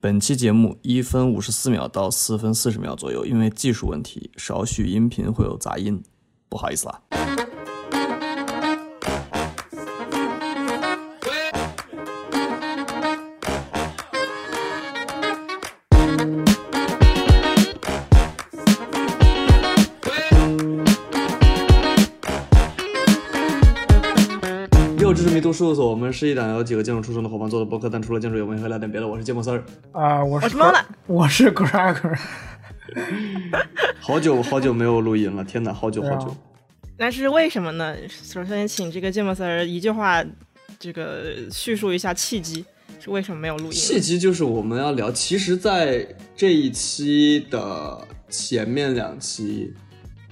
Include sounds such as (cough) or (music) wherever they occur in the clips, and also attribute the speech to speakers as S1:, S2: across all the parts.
S1: 本期节目一分五十四秒到四分四十秒左右，因为技术问题，少许音频会有杂音，不好意思啊啦。又知识迷读事务所，我们是一档由几个建筑出身的伙伴做的播客，但除了建筑以外，我们会聊点别的。我是芥末丝儿，
S2: 啊、我
S3: 我
S2: 是
S3: 是妈妈，
S2: 我是啊 Cracker，
S1: 好久好久没有录音了，天哪，好久好久
S2: 对啊。
S3: 那是为什么呢？首先，请这个芥末丝儿一句话，这个叙述一下契机，是为什么没有录
S1: 契
S3: 音？
S1: 机就是我们要聊，其实，在这一期的前面两期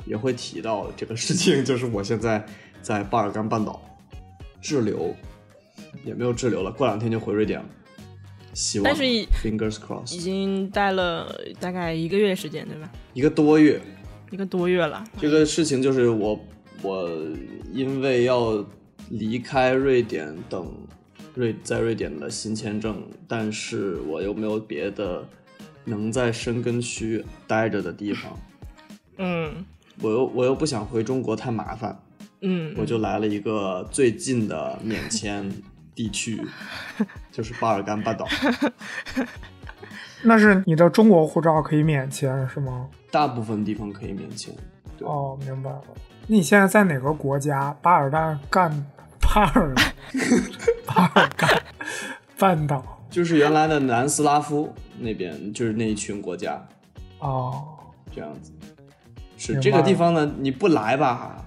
S1: 也会提到这个事情，就是我现在在巴尔干半岛滞留，也没有滞留了，过两天就回瑞典了，希望。
S3: 但是已
S1: fingers
S3: 已
S1: crossed，
S3: 经待了大概一个月时间，对吧？
S1: 一个多月，
S3: 一个多月了。
S1: 这个事情就是我我因为要离开瑞典等瑞在瑞典的新签证，但是我又没有别的能在深根区待着的地方，
S3: 嗯
S1: 我又我又不想回中国太麻烦，
S3: 嗯，
S1: 我就来了一个最近的免签地区，就是巴尔干半岛。
S2: 那是你的中国护照可以免签是吗？
S1: 大部分地方可以免签，对
S2: 哦，明白了。那你现在在哪个国家？巴尔干干巴尔巴尔干半岛
S1: 就是原来的南斯拉夫那边，就是那一群国家，
S2: 哦，
S1: 这样子。是
S2: 明白
S1: 这个地方呢，你不来吧，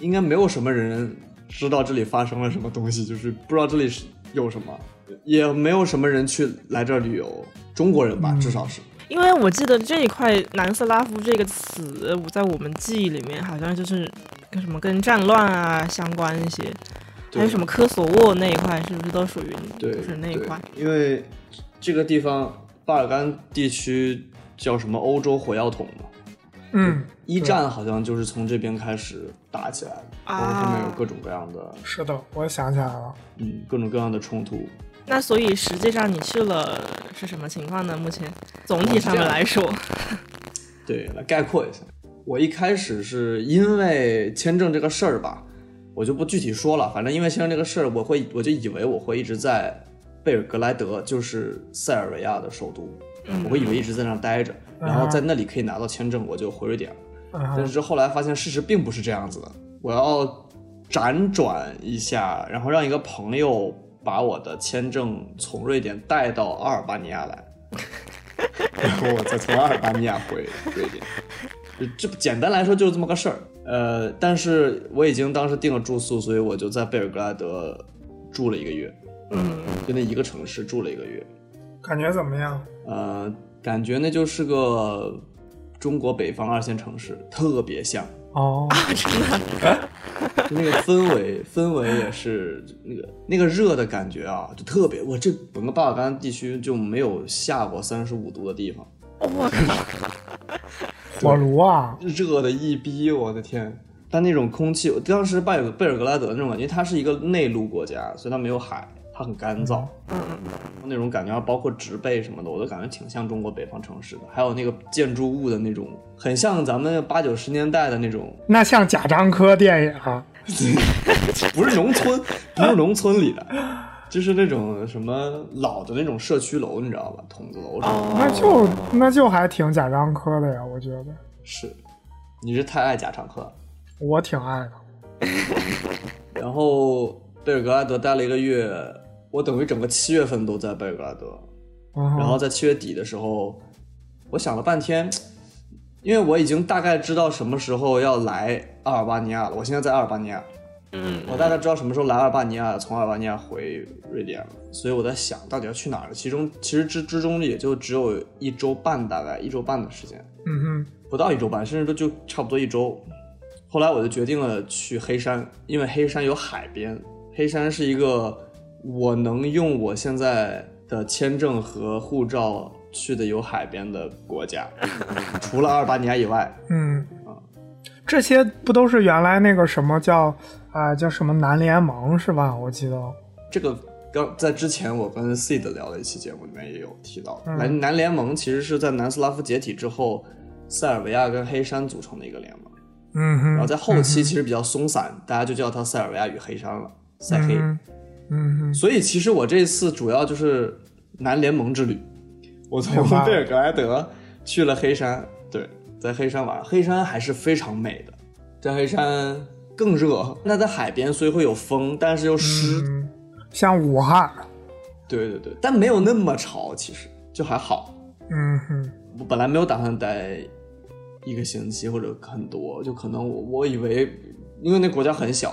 S1: 应该没有什么人知道这里发生了什么东西，就是不知道这里是有什么，也没有什么人去来这儿旅游，中国人吧，
S3: 嗯
S1: 至少是。
S3: 因为我记得这一块“南斯拉夫”这个词，我在我们记忆里面好像就是跟什么跟战乱啊相关一些，还
S1: 对
S3: 有什么科索沃那一块，是不是都属于
S1: 对，
S3: 就是那一
S1: 对
S3: 块？
S1: 因为这个地方巴尔干地区叫什么欧洲火药桶嘛，
S2: 嗯，
S1: 一战好像就是从这边开始打起来的，然后后面有
S3: 啊
S1: 各种各样的，
S2: 是的，我想起来了。
S1: 嗯，各种各样的冲突。
S3: 那所以实际上你去了是什么情况呢？目前总体上面来说， (laughs)
S1: 对，来概括一下。我一开始是因为签证这个事儿吧，我就不具体说了。反正因为签证这个事儿，我会我就以为我会一直在贝尔格莱德，就是塞尔维亚的首都，
S3: 嗯
S1: 我会以为一直在那儿待着，然后在那里可以拿到签证，我就回瑞典。
S2: 嗯
S1: 但
S2: 哼，
S1: 是后来发现事实并不是这样子的，我要辗转一下，然后让一个朋友把我的签证从瑞典带到阿尔巴尼亚来， (laughs) 然后我再从阿尔巴尼亚回瑞典。就这简单来说就是这么个事儿。呃，但是我已经当时订了住宿，所以我就在贝尔格莱德住了一个月，
S3: 嗯，
S1: 就那一个城市住了一个月。
S2: 感觉怎么样？
S1: 呃，感觉那就是个中国北方二线城市，特别像。
S2: 哦，
S1: 啊就那个氛围，氛围也是那个那个热的感觉啊，就特别。我这整个巴尔干地区就没有下过三十五度的地方，
S3: 我靠，
S2: 火炉啊，
S1: 热的一逼，我的天！但那种空气，我当时贝尔贝尔格莱德那种感觉，因为它是一个内陆国家，所以它没有海，它很干燥，
S3: 嗯嗯
S1: 那种感觉，啊包括植被什么的，我都感觉挺像中国北方城市的。还有那个建筑物的那种，很像咱们八九十年代的那种
S2: 那像贾樟柯电影啊。
S1: 不是农村， (laughs) 不是农村里的，就是那种什么老的那种社区楼，你知道吧？筒子楼什么的。
S2: 那就那就还挺贾樟柯的呀，我觉得
S1: 是，你是太爱贾樟柯了。
S2: 我挺爱的。
S1: 然后贝尔格莱德待了一个月，我等于整个七月份都在贝尔格莱德。
S2: 嗯哼
S1: 然后在七月底的时候，我想了半天，因为我已经大概知道什么时候要来阿尔巴尼亚了。我现在在阿尔巴尼亚，
S3: 嗯，
S1: 我大概知道什么时候来阿尔巴尼亚，从阿尔巴尼亚回瑞典了，所以我在想到底要去哪儿。其中其实之之中也就只有一周半，大概一周半的时间，
S2: 嗯
S1: 不到一周半，甚至都就差不多一周。后来我就决定了去黑山，因为黑山有海边，黑山是一个我能用我现在的签证和护照去的有海边的国家，除了阿尔巴尼亚以外，
S2: 哼，嗯，
S1: 啊
S2: 这些不都是原来那个什么叫啊、叫什么南联盟是吧？我记得
S1: 这个刚在之前我跟 Seed 聊的一期节目里面也有提到，
S2: 嗯
S1: 南南联盟其实是在南斯拉夫解体之后，塞尔维亚跟黑山组成的一个联盟，
S2: 嗯哼，
S1: 然后在后期其实比较松散，大家就叫它塞尔维亚与黑山了，塞黑。
S2: 嗯哼，嗯哼，
S1: 所以其实我这次主要就是南联盟之旅，我从
S2: 明白了
S1: 贝尔格莱德去了黑山，对，在黑山玩，黑山还是非常美的，在黑山更热，那在海边所以会有风，但是又湿，
S2: 嗯，像武汉，
S1: 对对对，但没有那么潮，其实就还好。
S2: 嗯哼，
S1: 我本来没有打算待一个星期或者很多，就可能我我以为，因为那国家很小，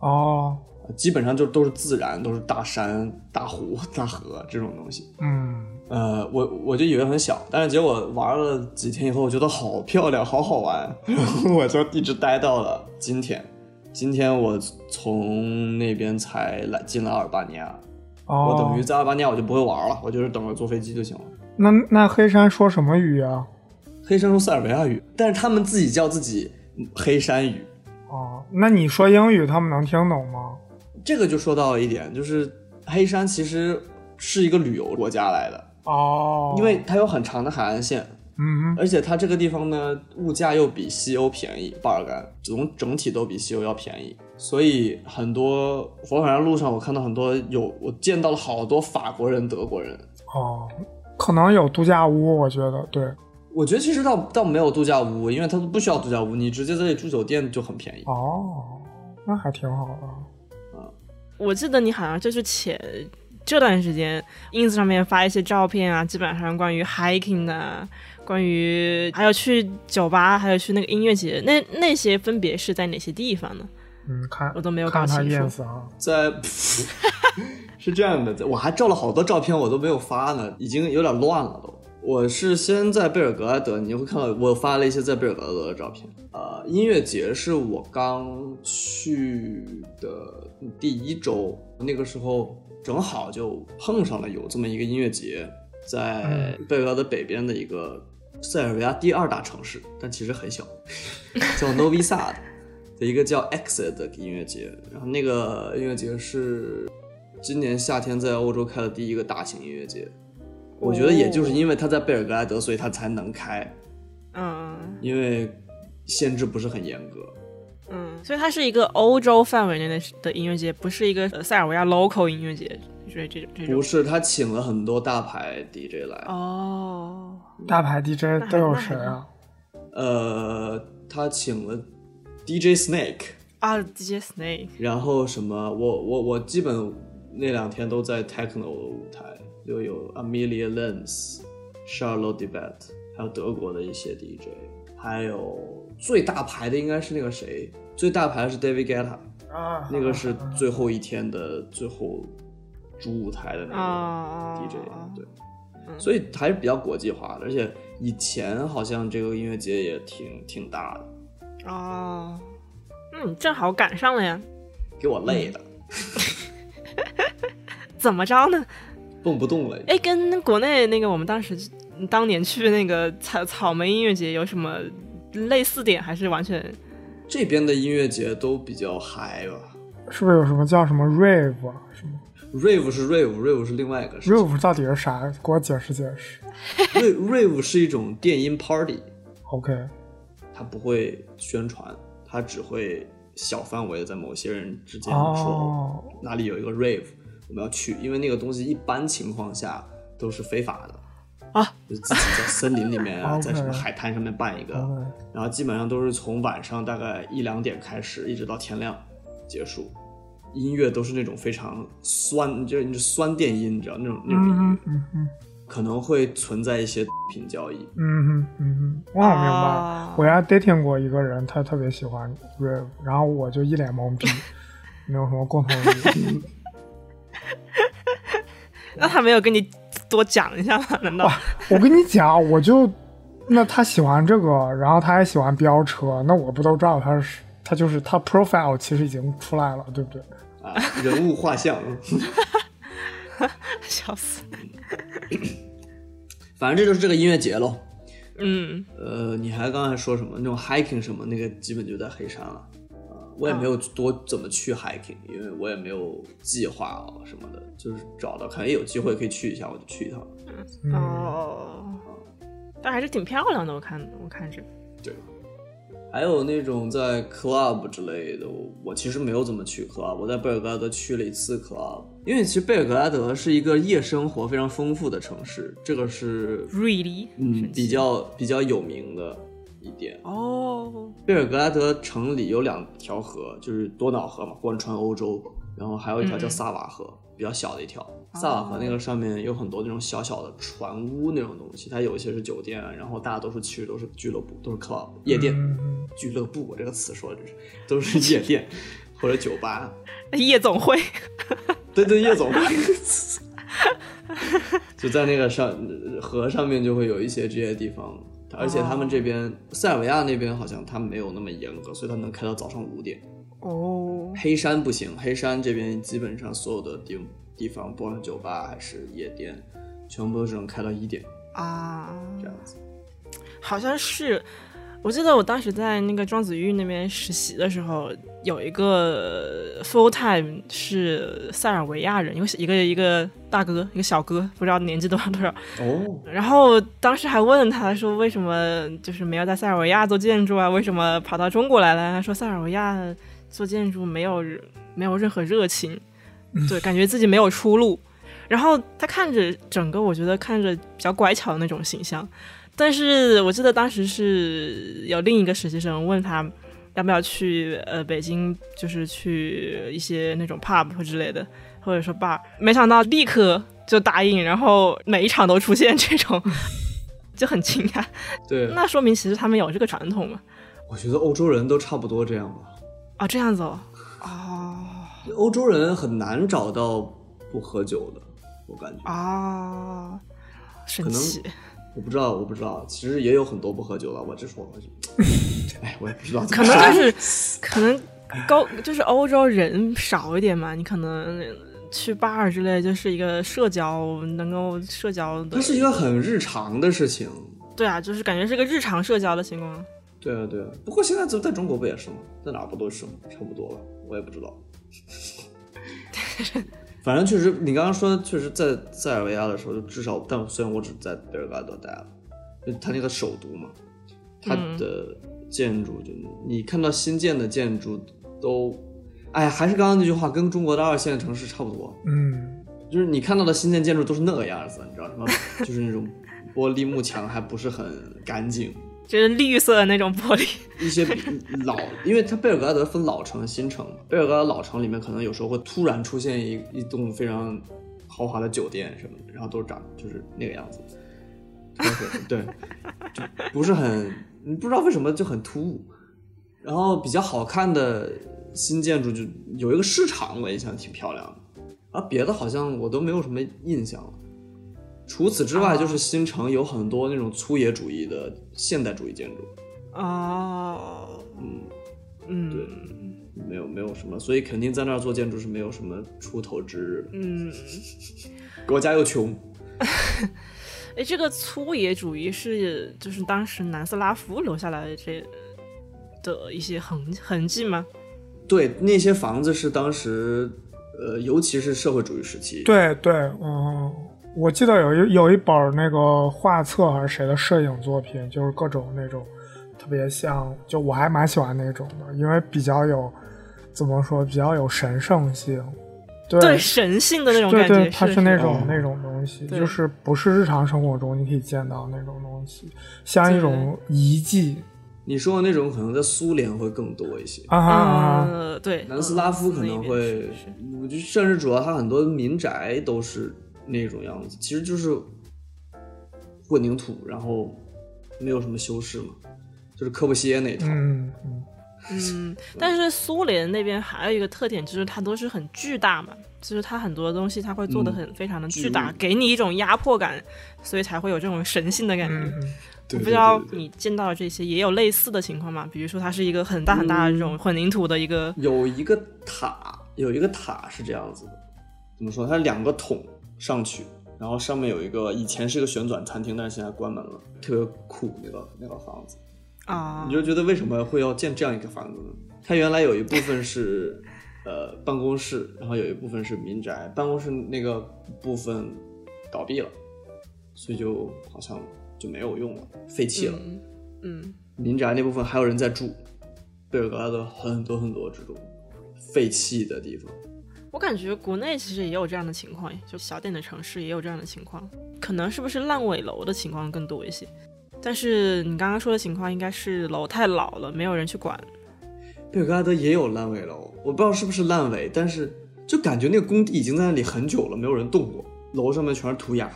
S2: 哦，
S1: 基本上就都是自然，都是大山、大湖、大河这种东西。
S2: 嗯，
S1: 呃，我我就以为很小，但是结果玩了几天以后，我觉得好漂亮，好好玩，然后我就一直待到了今天。今天我从那边才来进了阿尔巴尼亚，
S2: 哦，
S1: 我等于在阿尔巴尼亚我就不会玩了，我就是等着坐飞机就行了。
S2: 那那黑山说什么语啊？
S1: 黑山说塞尔维亚语，但是他们自己叫自己黑山语，
S2: 哦，那你说英语他们能听懂吗？
S1: 这个就说到了一点，就是黑山其实是一个旅游国家来的，
S2: 哦，
S1: 因为它有很长的海岸线，
S2: 嗯哼
S1: 而且它这个地方呢，物价又比西欧便宜，巴尔干总整体都比西欧要便宜，所以很多往返的路上，我看到很多有我见到了好多法国人、德国人。
S2: 哦，可能有度假屋，我觉得对
S1: 我觉得其实倒倒没有度假屋，因为它不需要度假屋，你直接在这里住酒店就很便宜。
S2: 哦，那还挺好的。
S3: 我记得你好像就是前这段时间 ins 上面发一些照片啊，基本上关于 hiking 的啊，关于还有去酒吧，还有去那个音乐节，那那些分别是在哪些地方呢？
S2: 嗯，看
S3: 我都没有
S2: 看
S3: 搞
S2: 他
S3: 清
S2: ins
S3: 楚。
S2: 啊，
S1: 在 (laughs) 是这样的，我还照了好多照片，我都没有发呢，已经有点乱了都。我是先在贝尔格莱德，你会看到我发了一些在贝尔格莱德的照片。呃，音乐节是我刚去的第一周，那个时候正好就碰上了有这么一个音乐节，在贝尔格莱德北边的一个塞尔维亚第二大城市，但其实很小， (laughs) 叫 Novi Sad 的一个叫 Exit 的音乐节。然后那个音乐节是今年夏天在欧洲开的第一个大型音乐节。我觉得也就是因为它在贝尔格莱德，所以它才能开，
S3: 嗯
S1: 因为限制不是很严格。
S3: 嗯，所以它是一个欧洲范围内的的音乐节，不是一个呃塞尔维亚 local 音乐节，就是这种这
S1: 不
S3: 种。
S1: 是，他请了很多大牌 DJ 来，
S3: 哦，
S2: 大牌 DJ
S3: 还
S2: 都有谁啊？
S1: 呃，他请了 DJ Snake，
S3: 啊，DJ Snake，
S1: 然后什么，我我我基本那两天都在 techno 的舞台，就有 Amelia Lenz、Charlotte d e b e t 还有德国的一些 DJ，还有最大牌的应该是那个谁，最大牌的是 David Guetta，
S2: 啊，
S1: 那个是最后一天的最后主舞台的那
S3: 哦
S1: 个啊 DJ，、对，
S3: 嗯
S1: 所以还是比较国际化的，而且以前好像这个音乐节也挺挺大的，
S3: 哦，嗯，正好赶上了呀，
S1: 给我累的
S3: 嗯怎么着呢？
S1: 蹦不动了。
S3: 哎，跟国内那个我们当时嗯当年去那个草草莓音乐节有什么类似点，还是完全
S1: 这边的音乐节都比较嗨吧
S2: 是不是有什么叫什么 rave 啊什么
S1: ，rave 是 rave，rave 是另外一个事情
S2: rave 到底是啥？给我解释解释。
S1: ，rave rave 是一种电音 party，
S2: OK，
S1: 它不会宣传，它只会小范围的在某些人之间说
S2: 哦，
S1: 哪里有一个 rave，我们要去，因为那个东西一般情况下都是非法的。
S3: 啊，
S1: 就是自己在森林里
S2: (laughs)
S1: 面啊，
S2: 哦 OK
S1: 在什么海滩上面办一个，
S2: 嗯
S1: 然后基本上都是从晚上大概一两点开始，一直到天亮结束。音乐都是那种非常酸，就是你酸电音，你知道那种那种音乐，
S2: 嗯嗯嗯
S1: 可能会存在一些 (laughs) 毒品交易。
S2: 嗯嗯嗯，我好像明白了。
S3: 哦
S2: 我原来 dating 过一个人，他特别喜欢 rave，然后我就一脸懵逼，没有什么共同语言。
S3: 那他没有跟你多讲一下吗？难道？
S2: 我跟你讲，我就那他喜欢这个，然后他还喜欢飙车，那我不都知道他是他就是他 profile 其实已经出来了，对不对？
S1: 啊，人物画像，
S3: (laughs)
S1: (laughs)
S3: 笑死！
S1: 反正这就是这个音乐节喽。
S3: 嗯，
S1: 呃，你还刚才说什么那种 hiking 什么，那个基本就在黑山了。呃，我也没有多怎么去 hiking，、因为我也没有计划啊什么的，就是找到可能有机会可以去一下，我就去一趟。
S2: 嗯，
S3: 哦，但还是挺漂亮的，我看我看着，
S1: 对，还有那种在 club 之类的，我我其实没有怎么去 club，我在贝尔格莱德去了一次 club，因为其实贝尔格莱德是一个夜生活非常丰富的城市，这个是
S3: really，
S1: 嗯
S3: 神奇
S1: 比较比较有名的一点。
S3: 哦，
S1: 贝尔格莱德城里有两条河，就是多瑙河嘛，贯穿欧洲，然后还有一条叫
S3: 嗯哦
S1: 萨瓦河，比较小的一条。萨瓦河那个上面有很多那种小小的船屋那种东西，它有一些是酒店，啊然后大多数其实都是俱乐部，都是 club 夜店。
S2: 嗯
S1: 俱乐部，我这个词说的真是都是夜店或者酒吧，
S3: 夜总会，
S1: 对对，夜总会，就在那个上河上面就会有一些这些地方，而且他们这边、塞尔维亚那边好像他们没有那么严格，所以他能开到早上五点。
S3: 哦，
S1: 黑山不行，黑山这边基本上所有的地地方，不管是酒吧还是夜店，全部都只能开到一点
S3: 啊，
S1: 这样子。
S3: 好像是，我记得我当时在那个庄子玉那边实习的时候，有一个呃 full time 是塞尔维亚人，一个一个一个大哥，一个小哥，不知道年纪多少多少。
S1: 哦，
S3: 然后当时还问他说，为什么就是没有在塞尔维亚做建筑啊？为什么跑到中国来了？他说塞尔维亚做建筑没有没有任何热情，对，感觉自己没有出路。然后他看着整个，我觉得看着比较乖巧的那种形象，但是我记得当时是有另一个实习生问他要不要去呃北京，就是去一些那种 pub 或之类的，或者说 bar，没想到立刻就答应，然后每一场都出现这种，就很惊讶。
S1: 对，
S3: 那说明其实他们有这个传统嘛？
S1: 我觉得欧洲人都差不多这样吧。
S3: 哦，这样子哦，哦
S1: 欧洲人很难找到不喝酒的，我感觉。
S3: 哦，神
S1: 可能
S3: 奇。
S1: 我不知道，我不知道，其实也有很多不喝酒的，我这说我就，哎，我也不知道怎
S3: 可
S1: 么
S3: 能
S1: 说，
S3: 就是可能高就是欧洲人少一点嘛，你可能去 bar 之类，就是一个社交能够社交的
S1: 它，是一个很日常的事情。
S3: 对啊，就是感觉是个日常社交的情况。
S1: 对啊，对啊。不过现在在在中国不也是吗？在哪儿不都是吗？差不多吧，我也不知道。反正确实，你刚刚说的确实在塞尔维亚的时候，就至少，但虽然我只在贝尔格莱德待了，就它那个首都嘛，它的建筑就、你看到新建的建筑都，哎，还是刚刚那句话，跟中国的二线城市差不多。
S2: 嗯
S1: 就是你看到的新建建筑都是那个样子，你知道什么？就是那种 (laughs) 玻璃幕墙还不是很干净，
S3: 就是绿色的那种玻璃，
S1: 一些 (laughs) 老，因为它贝尔格莱德分老城、新城嘛，贝尔格莱德老城里面可能有时候会突然出现一一栋非常豪华的酒店什么的，然后都长就是那个样子，就是对，就不是很，你不知道为什么就很突兀。然后比较好看的新建筑就有一个市场，我印象挺漂亮的，啊，别的好像我都没有什么印象了。除此之外，就是新城有很多那种粗野主义的现代主义建筑，
S3: 哦，
S1: 嗯，对
S3: 嗯，
S1: 没有没有什么，所以肯定在那儿做建筑是没有什么出头之日的。
S3: 嗯，
S1: 国家又穷，
S3: 哎，这个粗野主义是就是当时南斯拉夫留下来的这的一些痕痕迹吗？
S1: 对那些房子是当时，呃，尤其是社会主义时期，，
S2: 对对，嗯，我记得有一有一本儿那个画册还是谁的摄影作品，就是各种那种特别像，就我还蛮喜欢那种的，因为比较有怎么说，比较有神圣性。对
S3: 对，神性的那种
S2: 对
S3: 感觉，
S2: 对，它
S3: 是
S2: 是那种
S1: 哦
S2: 那种东西，
S3: 对
S2: 就是不是日常生活中你可以见到那种东西，像一种遗迹
S1: 你说的那种可能在苏联会更多一些，
S2: 啊哈啊哈，
S3: 呃，对，
S1: 南斯拉夫可能
S3: 嗯那边
S1: 会
S3: 是是，
S1: 我觉得甚至主要它很多民宅都是那种样子，其实就是混凝土，然后没有什么修饰嘛，就是柯布西耶那一套，
S2: 嗯嗯，
S3: 嗯，但是苏联那边还有一个特点，就是它都是很巨大嘛，就是它很多东西它会做的很、非常的巨大，
S1: 嗯巨
S3: 给你一种压迫感，所以才会有这种神性的感觉。
S2: 嗯
S1: 对
S3: 我
S1: 对
S3: 不知道
S1: 对对对
S3: 你见到的这些也有类似的情况吗？比如说它是一个很大很大
S1: 嗯
S3: 的这种混凝土的一个，
S1: 有一个塔，有一个塔是这样子的，怎么说？它两个桶上去，然后上面有一个以前是一个旋转餐厅，但是现在关门了，特别酷那个那个房子。
S3: 啊
S1: 你，就觉得为什么会要建这样一个房子呢？它原来有一部分是呃办公室，然后有一部分是民宅，办公室那个部分倒闭了，所以就好像就没有用了，废弃了。
S3: 嗯嗯，
S1: 民宅那部分还有人在住，贝尔格莱德很多很多这种废弃的地方。
S3: 我感觉国内其实也有这样的情况，就小点的城市也有这样的情况，可能是不是烂尾楼的情况更多一些？但是你刚刚说的情况应该是楼太老了，没有人去管。
S1: 贝尔格莱德也有烂尾楼，我不知道是不是烂尾，但是就感觉那个工地已经在那里很久了，没有人动过，楼上面全是涂鸦。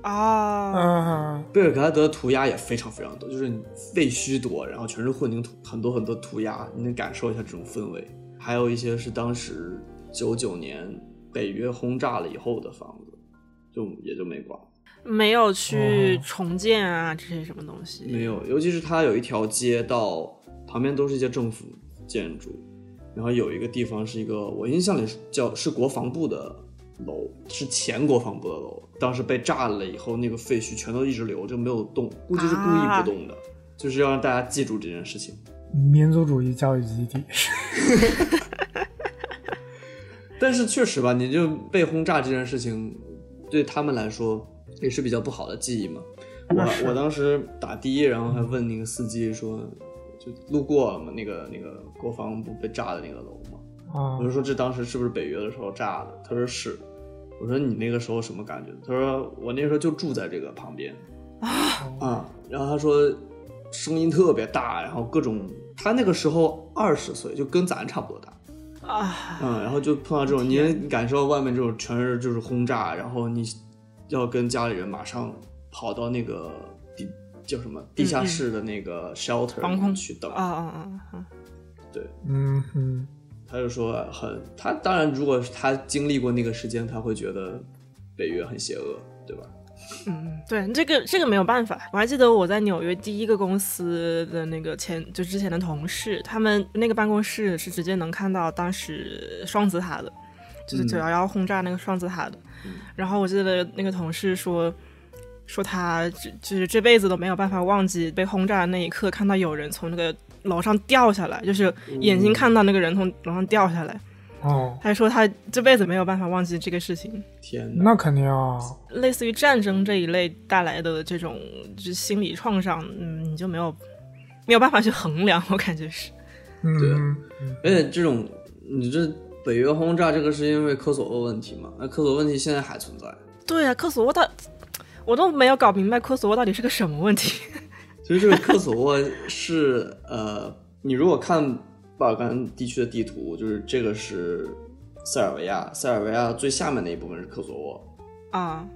S3: 啊，
S2: 啊，
S1: 贝尔格莱德的涂鸦也非常非常多，就是你废墟多，然后全是混凝土，很多很多涂鸦，你能感受一下这种氛围。还有一些是当时九九年北约轰炸了以后的房子，就也就没管。
S3: 没有去
S2: 哦
S3: 重建啊，这些什么东西？
S1: 嗯没有，尤其是它有一条街道旁边都是一些政府建筑，然后有一个地方是一个我印象里是叫是国防部的楼，是前国防部的楼，当时被炸了以后，那个废墟全都一直留着没有动，估计是故意不动的，就是要让大家记住这件事情。
S2: 民族主义教育基地，
S1: 但是确实吧，你就被轰炸这件事情，对他们来说也是比较不好的记忆嘛。
S2: 那是
S1: 我我当时打的，然后还问那个司机说，就路过嘛，那个那个国防部被炸的那个楼嘛，
S2: 啊
S1: 我就说这当时是不是北约的时候炸的？他说是。我说你那个时候什么感觉？他说我那时候就住在这个旁边
S2: 哦
S1: 啊。然后他说声音特别大，然后各种他那个时候二十岁，就跟咱差不多大。
S3: 啊，
S1: 嗯，然后就碰到这种，你能感受到外面这种全是就是轰炸，然后你要跟家里人马上跑到那个地叫什么地下室的那个 shelter
S3: 嗯防空
S1: 去等
S3: 啊。啊啊啊！
S2: 嗯嗯，
S1: 他就说很，他当然如果他经历过那个时间，他会觉得北约很邪恶，对吧？
S3: 嗯，对，这个这个没有办法。我还记得我在纽约第一个公司的那个前就之前的同事，他们那个办公室是直接能看到当时双子塔的，就是
S1: 嗯
S3: 九幺幺轰炸那个双子塔的。然后我记得那个同事说。说他这就是这辈子都没有办法忘记被轰炸的那一刻，看到有人从那个楼上掉下来，就是眼睛看到那个人从楼上掉下来。
S2: 哦，
S3: 他说他这辈子没有办法忘记这个事情。
S1: 天哪！
S2: 那肯定啊，
S3: 类似于战争这一类带来的这种就是心理创伤，嗯，你就没有没有办法去衡量，我感觉是。
S1: 对
S2: 嗯，
S1: 而且这种你这北约轰炸这个是因为科索沃问题嘛？那科索沃问题现在还存在。
S3: 对啊，科索沃到我都没有搞明白科索沃到底是个什么问题。
S2: (laughs)
S1: 其实这个科索沃是呃，你如果看巴尔干地区的地图，就是这个是塞尔维亚，塞尔维亚最下面那一部分是科索沃，
S3: 啊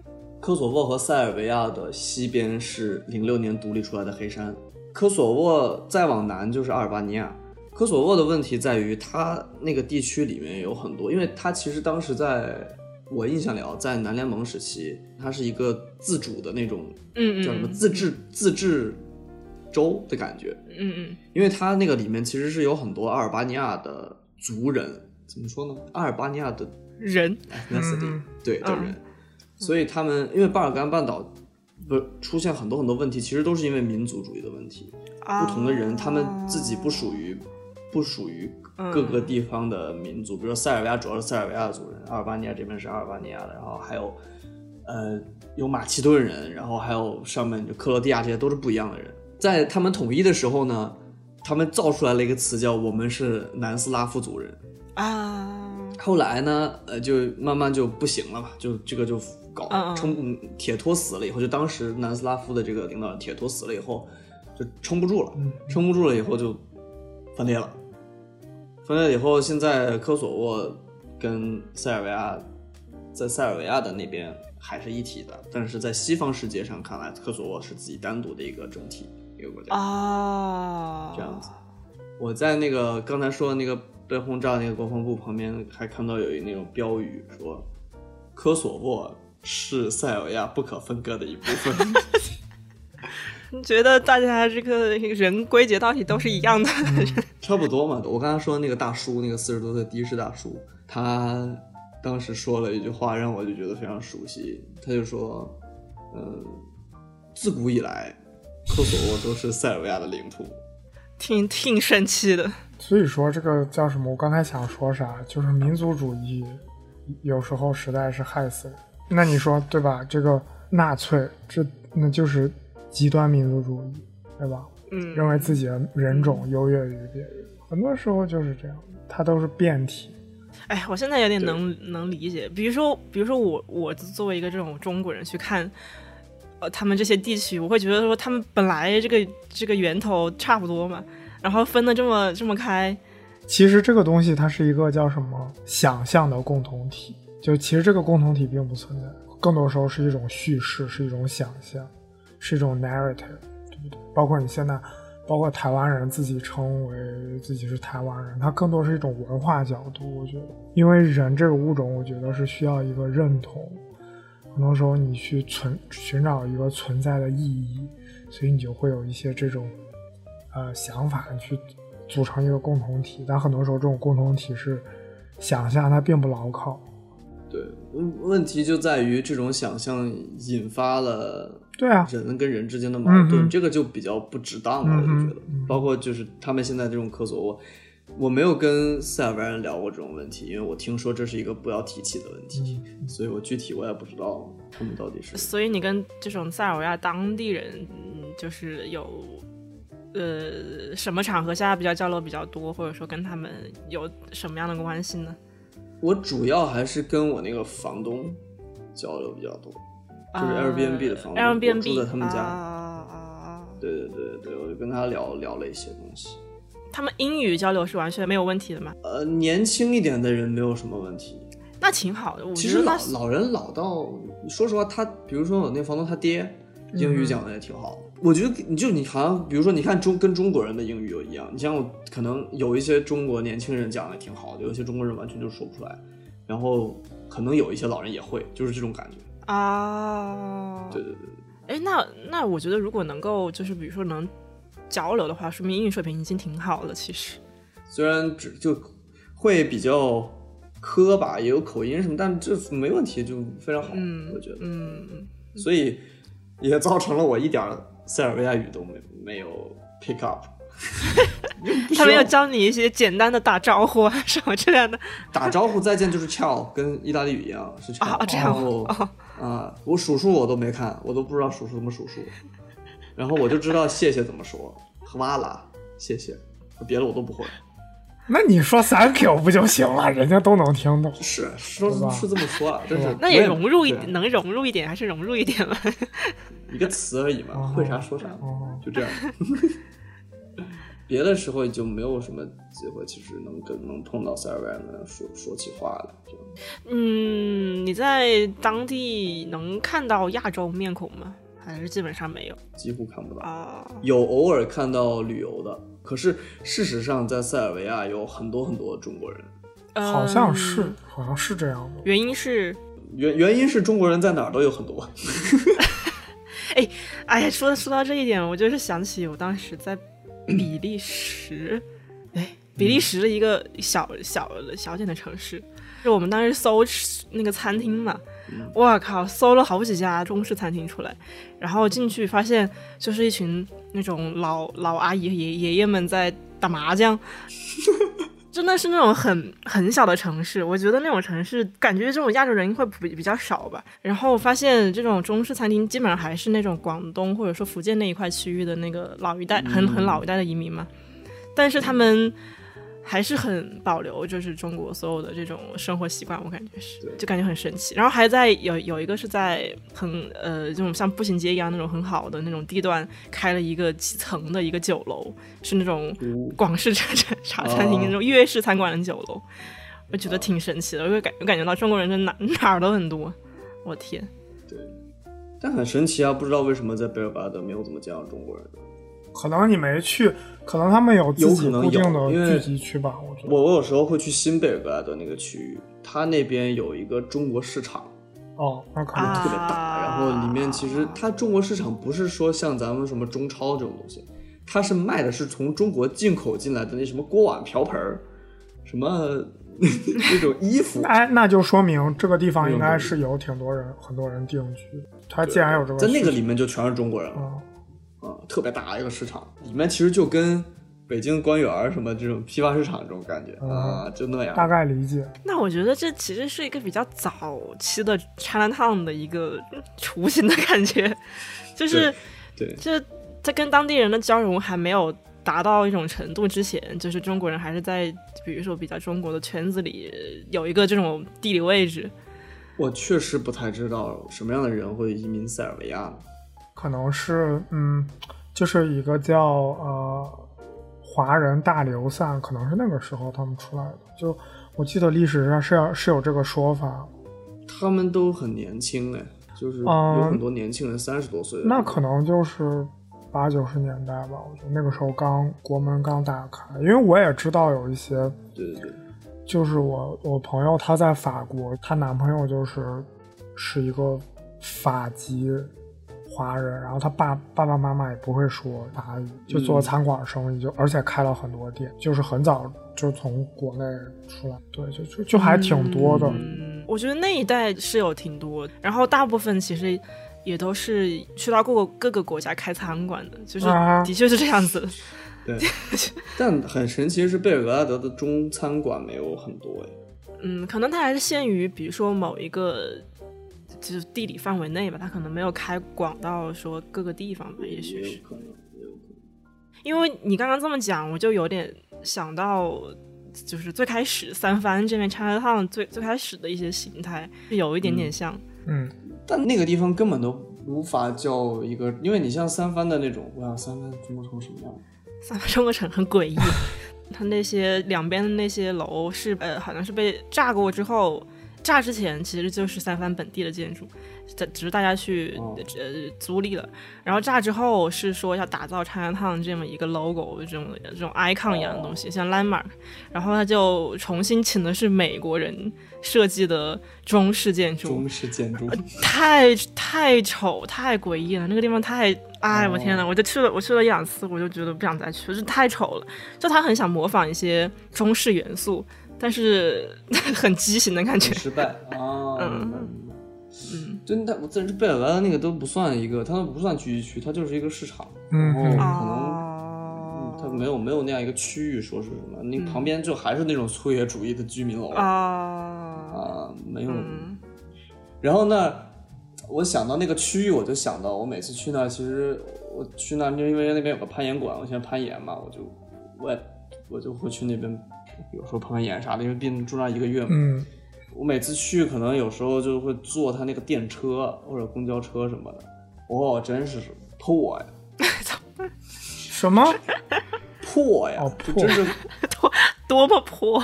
S1: 科索沃和塞尔维亚的西边是零六年独立出来的黑山，科索沃再往南就是阿尔巴尼亚。科索沃的问题在于，它那个地区里面有很多，因为它其实当时在我印象里啊，在南联盟时期，它是一个自主的那种
S3: 嗯嗯，
S1: 叫什么自治自治州的感觉，
S3: 嗯嗯
S1: 因为它那个里面其实是有很多阿尔巴尼亚的族人，怎么说呢？阿尔巴尼亚的
S3: 嗯人
S1: ethnicity、
S2: 嗯
S1: 对的
S3: 嗯
S1: 人，所以他们因为巴尔干半岛不是出现很多很多问题，其实都是因为民族主义的问题。
S3: 啊，
S1: 不同的人，他们
S2: 啊
S1: 自己不属于不属于各个地方的民族，比如说塞尔维亚主要是塞尔维亚族人，阿尔巴尼亚这边是阿尔巴尼亚的，然后还有呃有马其顿人，然后还有上面就克罗地亚这些都是不一样的人。在他们统一的时候呢，他们造出来了一个词叫“我们是南斯拉夫族人”，
S3: 啊，
S1: 后来呢，呃，就慢慢就不行了嘛，就这个就搞
S3: 嗯嗯
S1: 撑嗯铁托死了以后，就当时南斯拉夫的这个领导人铁托死了以后，就撑不住了，
S3: 嗯
S1: 撑不住了以后就分裂了，分裂了以后，现在科索沃跟塞尔维亚在塞尔维亚的那边还是一体的，但是在西方世界上看来，科索沃是自己单独的一个整体一个国家。
S3: 啊，
S1: 这样子。我在那个刚才说的那个被轰炸那个国防部旁边，还看到有一那种标语说，科索沃是塞尔维亚不可分割的一部 (laughs) 分。
S3: 你觉得大家这个人归结到底都是一样的？
S2: 嗯
S1: 差不多嘛。我刚才说那个大叔，那个四十多岁的的士大叔，他当时说了一句话，让我就觉得非常熟悉。他就说，呃嗯，自古以来，科索沃都是塞尔维亚的领土。
S3: (laughs) 挺挺神奇的。
S2: 所以说这个叫什么？我刚才想说啥，就是民族主义有时候实在是害死人。那你说对吧？这个纳粹，这那就是极端民族主义，对吧？
S3: 嗯，
S2: 认为自己的人种优越于别人，很多时候就是这样，它都是变体。
S3: 哎，我现在有点能能理解。比如说，比如说我我作为一个这种中国人去看，呃，他们这些地区，我会觉得说他们本来这个这个源头差不多嘛，然后分的这么这么开，
S2: 其实这个东西它是一个叫什么想象的共同体，就其实这个共同体并不存在，更多时候是一种叙事，是一种想象，是一种 narrative，对不对？包括你现在，包括台湾人自己称为自己是台湾人，它更多是一种文化角度，我觉得，因为人这个物种，我觉得是需要一个认同，很多时候你去存寻找一个存在的意义，所以你就会有一些这种呃想法去组成一个共同体，但很多时候这种共同体是想象，它并不牢靠。
S1: 对，嗯问题就在于这种想象引发了
S2: 对啊，
S1: 人跟人之间的矛
S2: 嗯
S1: 盾，
S2: 嗯
S1: 这个就比较不值当
S2: 嗯
S1: 了，我
S2: 嗯
S1: 就觉得。包括就是他们现在这种科索沃，我没有跟塞尔维亚人聊过这种问题，因为我听说这是一个不要提起的问题，
S2: 嗯
S1: 所以我具体我也不知道他们到底是。
S3: 所以你跟这种塞尔维亚当地人，嗯就是有呃什么场合下比较交流比较多，或者说跟他们有什么样的关系呢？
S1: 我主要还是跟我那个房东交流比较多，就是
S3: 啊
S1: Airbnb 的房东我
S3: Airbnb
S1: 住在他们家
S3: 啊啊啊！
S1: 对对对对，我就跟他聊聊了一些东西。
S3: 他们英语交流是完全没有问题的嘛？
S1: 呃，年轻一点的人没有什么问题，
S3: 那挺好的，我
S1: 其
S3: 觉
S1: 实
S3: 得
S1: 老
S3: 那是
S1: 老人老到，说实话，他比如说我那房东他爹，英语讲的也挺好的。我觉得你就你好像，比如说你看中跟中国人的英语有一样，你像我可能有一些中国年轻人讲的挺好的，有一些中国人完全就说不出来，然后可能有一些老人也会，就是这种感觉。
S3: 啊，
S1: 对对对，
S3: 哎，那那我觉得如果能够就是比如说能交流的话，说明英语水平已经挺好了。其实，
S1: 虽然只就会比较磕吧，也有口音什么，但这没问题，就非常好，
S3: 嗯
S1: 我觉得。
S3: 嗯，
S1: 所以也造成了我一点儿塞尔维亚语都没没有 pick up。不需
S3: (laughs) 他们要
S1: 要
S3: 教你一些简单的打招呼啊什么之类
S1: (laughs)
S3: 的。
S1: 打招呼再见就是 ciao，跟意大利语一样是 ciao、
S3: 啊这样
S1: 然后啊、我数数我都没看，我都不知道数数怎么数数，然后我就知道谢谢怎么说，哇啦，谢谢，别的我都不会。
S2: 那你说 thank you 不就行了？人家都能听懂。
S1: 是说
S2: 是吧
S1: 是这么说啊，真是
S3: 那也
S1: 我
S3: 融入一
S1: 对
S3: 能融入一点，还是融入
S1: (laughs)
S3: 一点吧。
S1: 一个词而已嘛，
S2: 哦
S1: 会啥说啥，
S2: 哦，
S1: 就这样。别的时候就没有什么机会，其实能跟能碰到塞尔维亚人说说起话来，这样
S3: 嗯，你在当地能看到亚洲面孔吗？还是基本上没有
S1: 几乎看不到。
S3: 啊？
S1: 有偶尔看到旅游的，可是事实上，在塞尔维亚有很多很多中国人。
S2: 好像
S3: 嗯
S2: 是，好像是这样的。
S3: 原因是
S1: 原原因是中国人在哪儿都有很多，
S3: 哎呀，说说到这一点，我就是想起我当时在比利时，哎，比利时的一个小小小点的城市，就我们当时搜吃那个餐厅嘛，我靠，搜了好几家中式餐厅出来，然后进去发现就是一群那种老老阿姨爷爷爷们在打麻将。真的是那种很很小的城市，我觉得那种城市感觉这种亚洲人会比比较少吧。然后发现这种中式餐厅基本上还是那种广东或者说福建那一块区域的那个老一代，很很老一代的移民嘛。但是他们还是很保留，就是中国所有的这种生活习惯，我感觉是，就感觉很神奇。然后还在有有一个是在很呃这种像步行街一样那种很好的那种地段开了一个几层的一个酒楼，是那种广式茶茶茶餐厅
S1: 哦
S3: 那种粤式餐馆的酒楼，我觉得挺神奇的，我就感我感觉到中国人真哪哪儿都很多，我天，
S1: 但很神奇啊，不知道为什么在贝尔巴德没有怎么见到中国人。
S2: 可能你没去，可能他们有自己
S1: 有可能
S2: 固定
S1: 有
S2: 的
S1: 因为
S2: 聚集区吧？我觉得。
S1: 我我有时候会去新贝尔格莱德那个区域，它那边有一个中国市场，
S2: 哦，那可能。
S3: 啊
S1: 特别大，然后里面其实它中国市场不是说像咱们什么中超这种东西，它是卖的是从中国进口进来的那什么锅碗瓢盆儿，什么 (laughs) 那种衣服。
S2: 哎，那就说明这个地方应该是有挺多人，很多人定居。他既然有这个需
S1: 在
S2: 求，
S1: 那个里面就全是中国人了
S2: 嗯
S1: 啊、特别大一个市场，里面其实就跟北京官员儿什么这种批发市场这种感觉啊，就那样。
S2: 嗯大概理解。
S3: 那我觉得这其实是一个比较早期的 Chinatown 的一个雏形的感觉，就是
S1: 对，
S3: 就在跟当地人的交融还没有达到一种程度之前，就是中国人还是在比如说比较中国的圈子里有一个这种地理位置。
S1: 我确实不太知道什么样的人会移民塞尔维亚呢。
S2: 可能是嗯，就是一个叫呃华人大流散，可能是那个时候他们出来的。就我记得历史上是要是有这个说法，
S1: 他们都很年轻哎，就是
S2: 嗯
S1: 有很多年轻人三十多岁的。
S2: 那可能就是八九十年代吧。我觉得那个时候刚国门刚打开，因为我也知道有一些，
S1: 对对对，
S2: 就是我我朋友她在法国，她男朋友就是是一个法籍。华人，然后他爸爸爸妈妈也不会说法语，就做
S1: 嗯
S2: 餐馆生意，就而且开了很多店，就是很早就从国内出来，对，就就就还挺多的。
S3: 嗯，我觉得那一代是有挺多，然后大部分其实也都是去到各个各个国家开餐馆的，就是
S2: 啊
S3: 的确是这样子的。
S1: 但很神奇是贝尔格莱德的中餐馆没有很多哎。
S3: 嗯，可能它还是限于比如说某一个就是地理范围内吧，它可能没有开广到说各个地方吧，也许是
S1: 有。可能，也有可能。
S3: 因为你刚刚这么讲，我就有点想到，就是最开始三藩这边 Chinatown 最最开始的一些形态是有一点点像。
S2: 嗯，
S1: 但那个地方根本都无法叫一个，因为你像三藩的那种，我想三藩中国成什么样？
S3: 三藩中国城很诡异，它那些两边的那些楼是呃，好像是被炸过之后。炸之前其实就是三藩本地的建筑，只只是大家去
S1: 哦
S3: 呃租赁了。然后炸之后是说要打造 Chinatown 这么一个 logo 这种这种 icon 一样的东
S1: 哦
S3: 西，像 landmark。然后他就重新请的是美国人设计的中式建筑
S1: 中，式建筑，
S3: 太太丑太诡异了，那个地方太……哎，我
S1: 哦
S3: 天呐，我就去了，我去了一两次，我就觉得不想再去了，就是太丑了。就他很想模仿一些中式元素，但是很畸形的感觉
S1: 很。失
S3: (laughs)
S1: 败啊。
S3: 嗯
S1: 明白明白
S3: 嗯，
S1: 真的，我自然是贝尔格莱德那个都不算一个，它都不算居住区，它就是一个市场，
S2: 嗯
S1: 然后可能。
S3: 哦，嗯
S1: 它没有没有那样一个区域，说是什么？你旁边就还是那种粗野主义的居民楼啊、
S3: 哦，
S1: 没有。
S3: 嗯
S1: 然后呢，我想到那个区域，我就想到我每次去那儿，其实我去那儿，因为那边有个攀岩馆，我喜欢攀岩嘛，我就我也我就会去那边，有时候攀岩啥的，因为毕竟住那儿一个月嘛。
S2: 嗯，
S1: 我每次去，可能有时候就会坐他那个电车或者公交车什么的。哦，真是破呀，
S2: 什么？
S1: 破呀，
S2: 哦
S1: 就
S2: 破
S1: 真是
S3: 多么破，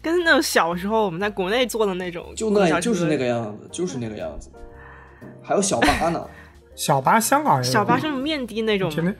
S3: 跟那种小时候我们在国内做的那种
S1: 就
S3: 公交
S1: 那，
S3: 车
S1: 就是那个样子，就是那个样子。还有小巴呢，
S2: 小巴香港也有
S3: 小巴是那种面的那种
S1: 嗯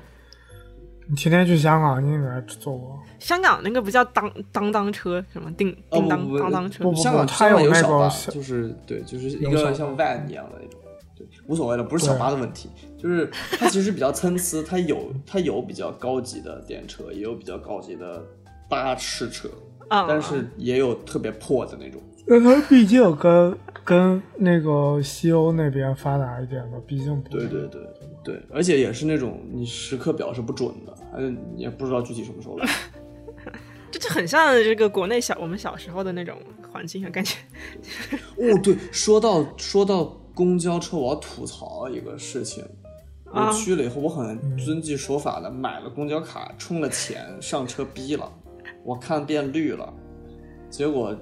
S2: 你天天你天天去香港，你应该坐过。
S3: 香港那个不叫当当当车，什么叮
S1: 哦
S3: 叮当
S1: 不不
S3: 当当车
S2: 不，
S1: 香港
S2: 它
S1: 香港
S2: 有那
S1: 小巴，
S2: 个小
S1: 就是对，就是一
S2: 有小
S1: 个
S2: 巴
S1: 像 van 一样的那种，对，无所谓了，不是小巴的问题，就是它其实比较参差，它有它有比较高级的电车，也有比较高级的巴士车，
S3: 啊，
S1: 但是也有特别破的那种。
S2: 那它毕竟跟跟那个西欧那边发达一点吧，毕竟不
S1: 对对对对，而且也是那种你时刻表是不准的，而且你也不知道具体什么时候来。
S3: 这就很像这个国内小我们小时候的那种环境啊，感觉
S1: 哦，对，说到说到公交车，我要吐槽一个事情。
S3: 啊
S1: 我去了以后，我很遵纪守法的买了公交卡，充了钱，上车逼了，我看变绿了，结果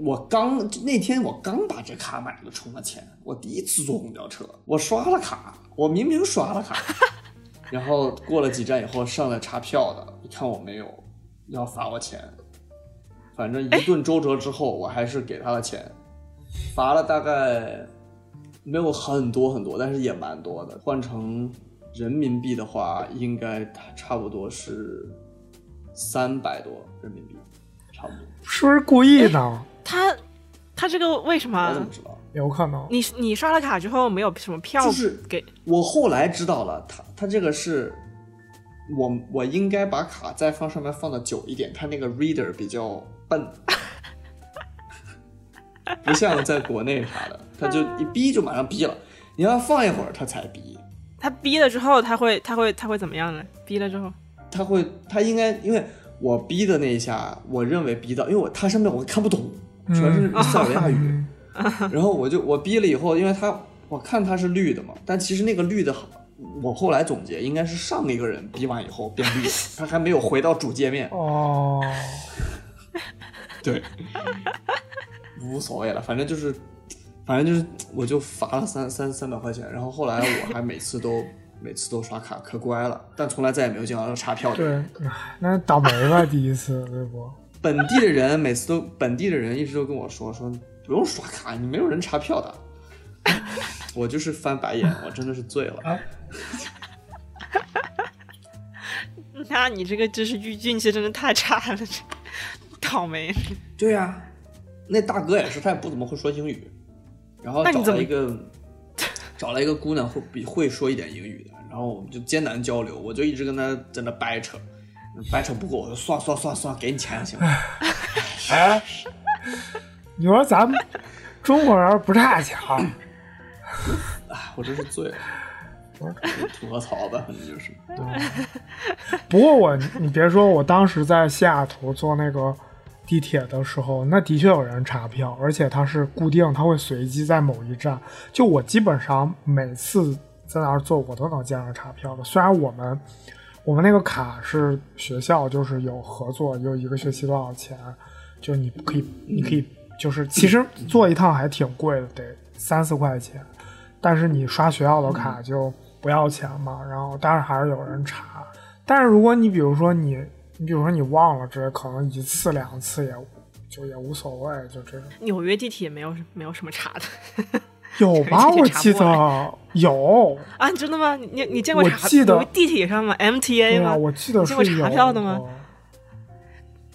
S1: 我刚那天我刚把这卡买了，充了钱，我第一次坐公交车，我刷了卡，我明明刷了卡， (laughs) 然后过了几站以后上来查票的，一看我没有，要罚我钱，反正一顿周折之后，我还是给他了钱，罚了大概没有很多很多，但是也蛮多的。换成人民币的话，应该差不多是三百多人民币，差不多。
S2: 是不是故意的？
S3: 他他这个为什
S1: 我怎么
S3: 么？
S1: 知道？
S2: 有可能。
S3: 你你刷了卡之后没有什么票
S1: 就是
S3: 给
S1: 我后来知道了，他他这个是。我我应该把卡再放上面放的久一点，他那个 reader 比较笨， (laughs) 不像在国内啥的，他就一逼就马上逼了，你要放一会儿他才逼，
S3: 他逼了之后，他会他会他会怎么样呢？逼了之后
S1: 他会他应该因为我逼的那一下，我认为逼到，因为我他上面我看不懂，全是塞尔维亚
S2: (laughs)
S1: 语，
S2: 嗯
S1: 然后我就我逼了以后，因为他我看他是绿的嘛，但其实那个绿的好。我后来总结，应该是上一个人逼完以后变绿的，他还没有回到主界面。
S2: 哦，
S1: 对， (laughs) 无所谓了，反正就是，反正就是，我就罚了三三三百块钱。然后后来我还每次都每次都刷卡，可乖了，但从来再也没有见到查票的
S2: 对
S1: 人。，
S2: 唉那倒霉吧，第一次对不？
S1: 本地的人每次都本地的人一直都跟我说说不用刷卡，你没有人查票的。 (laughs) 我就是翻白眼，我真的是醉了。
S3: 那你这个就是运运气真的太差了，这 (laughs) 倒霉。
S1: 对呀、那大哥也是，他也不怎么会说英语，然后
S3: 那你
S1: 找
S3: 怎
S1: 了
S3: 么
S1: 一个找了一个姑娘会比会说一点英语的，然后我们就艰难交流，我就一直跟他在那掰扯，掰扯不过我就算算算算，给你钱行吗？
S2: 哎，你说咱们中国人不差钱儿，
S1: 哎我真是醉了，
S3: (laughs)
S1: 我吐槽吧，反正就是。
S2: (laughs) 不过我，你别说，我当时在西雅图坐那个地铁的时候，那的确有人查票，而且它是固定，它会随机在某一站。就我基本上每次在那儿坐，我都能见着查票的。虽然我们我们那个卡是学校就是有合作，有一个学期多少钱，就你可以你可以就是其实坐一趟还挺贵的，得三四块钱，但是你刷学校的卡就不要钱嘛。然后但是还是有人查。但是如果你比如说你，你比如说你忘了之类，这可能一次两次也就也无所谓，就这种。
S3: 纽约地铁没有没有什么查的
S2: 有吧？
S3: (laughs) 这个
S2: 我
S3: 也查不
S2: 记得有，
S3: 啊？真的吗？你你你见过
S2: 我
S3: 查
S2: 记得
S3: 纽约地铁上吗？MTA
S2: 对
S3: 吗？
S2: 啊，我记得
S3: 哎你
S2: 是
S3: 见
S2: 有
S3: 过查票的吗
S2: 过？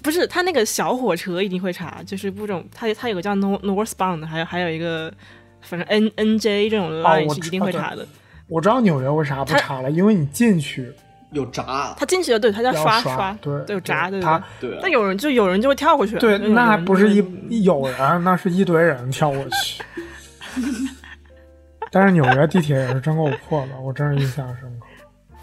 S3: 不是，他那个小火车一定会查，就是不种，他他有个叫 Nor- Northbound，的还有还有一个，反正 N N J 这种
S2: 啊
S3: line、
S2: 我
S3: 是
S2: 知
S3: 一定会
S2: 道
S3: 查的。
S2: 我知道纽约为啥不
S3: 它
S2: 查了，因为你进去
S1: 有闸，
S3: 他进去了，对，他叫
S2: 要
S3: 刷
S2: 对，
S3: 有闸，对
S2: 对
S3: 对
S2: 它
S3: 对。
S1: 对啊
S3: 但，有人就有人就会跳过去，啊
S2: 对，
S3: 有人
S2: 那还不是一
S3: 就
S2: 一有人，那是一堆人跳过去。 (laughs) 但是纽约地铁也是真够破的，我真是印象深刻。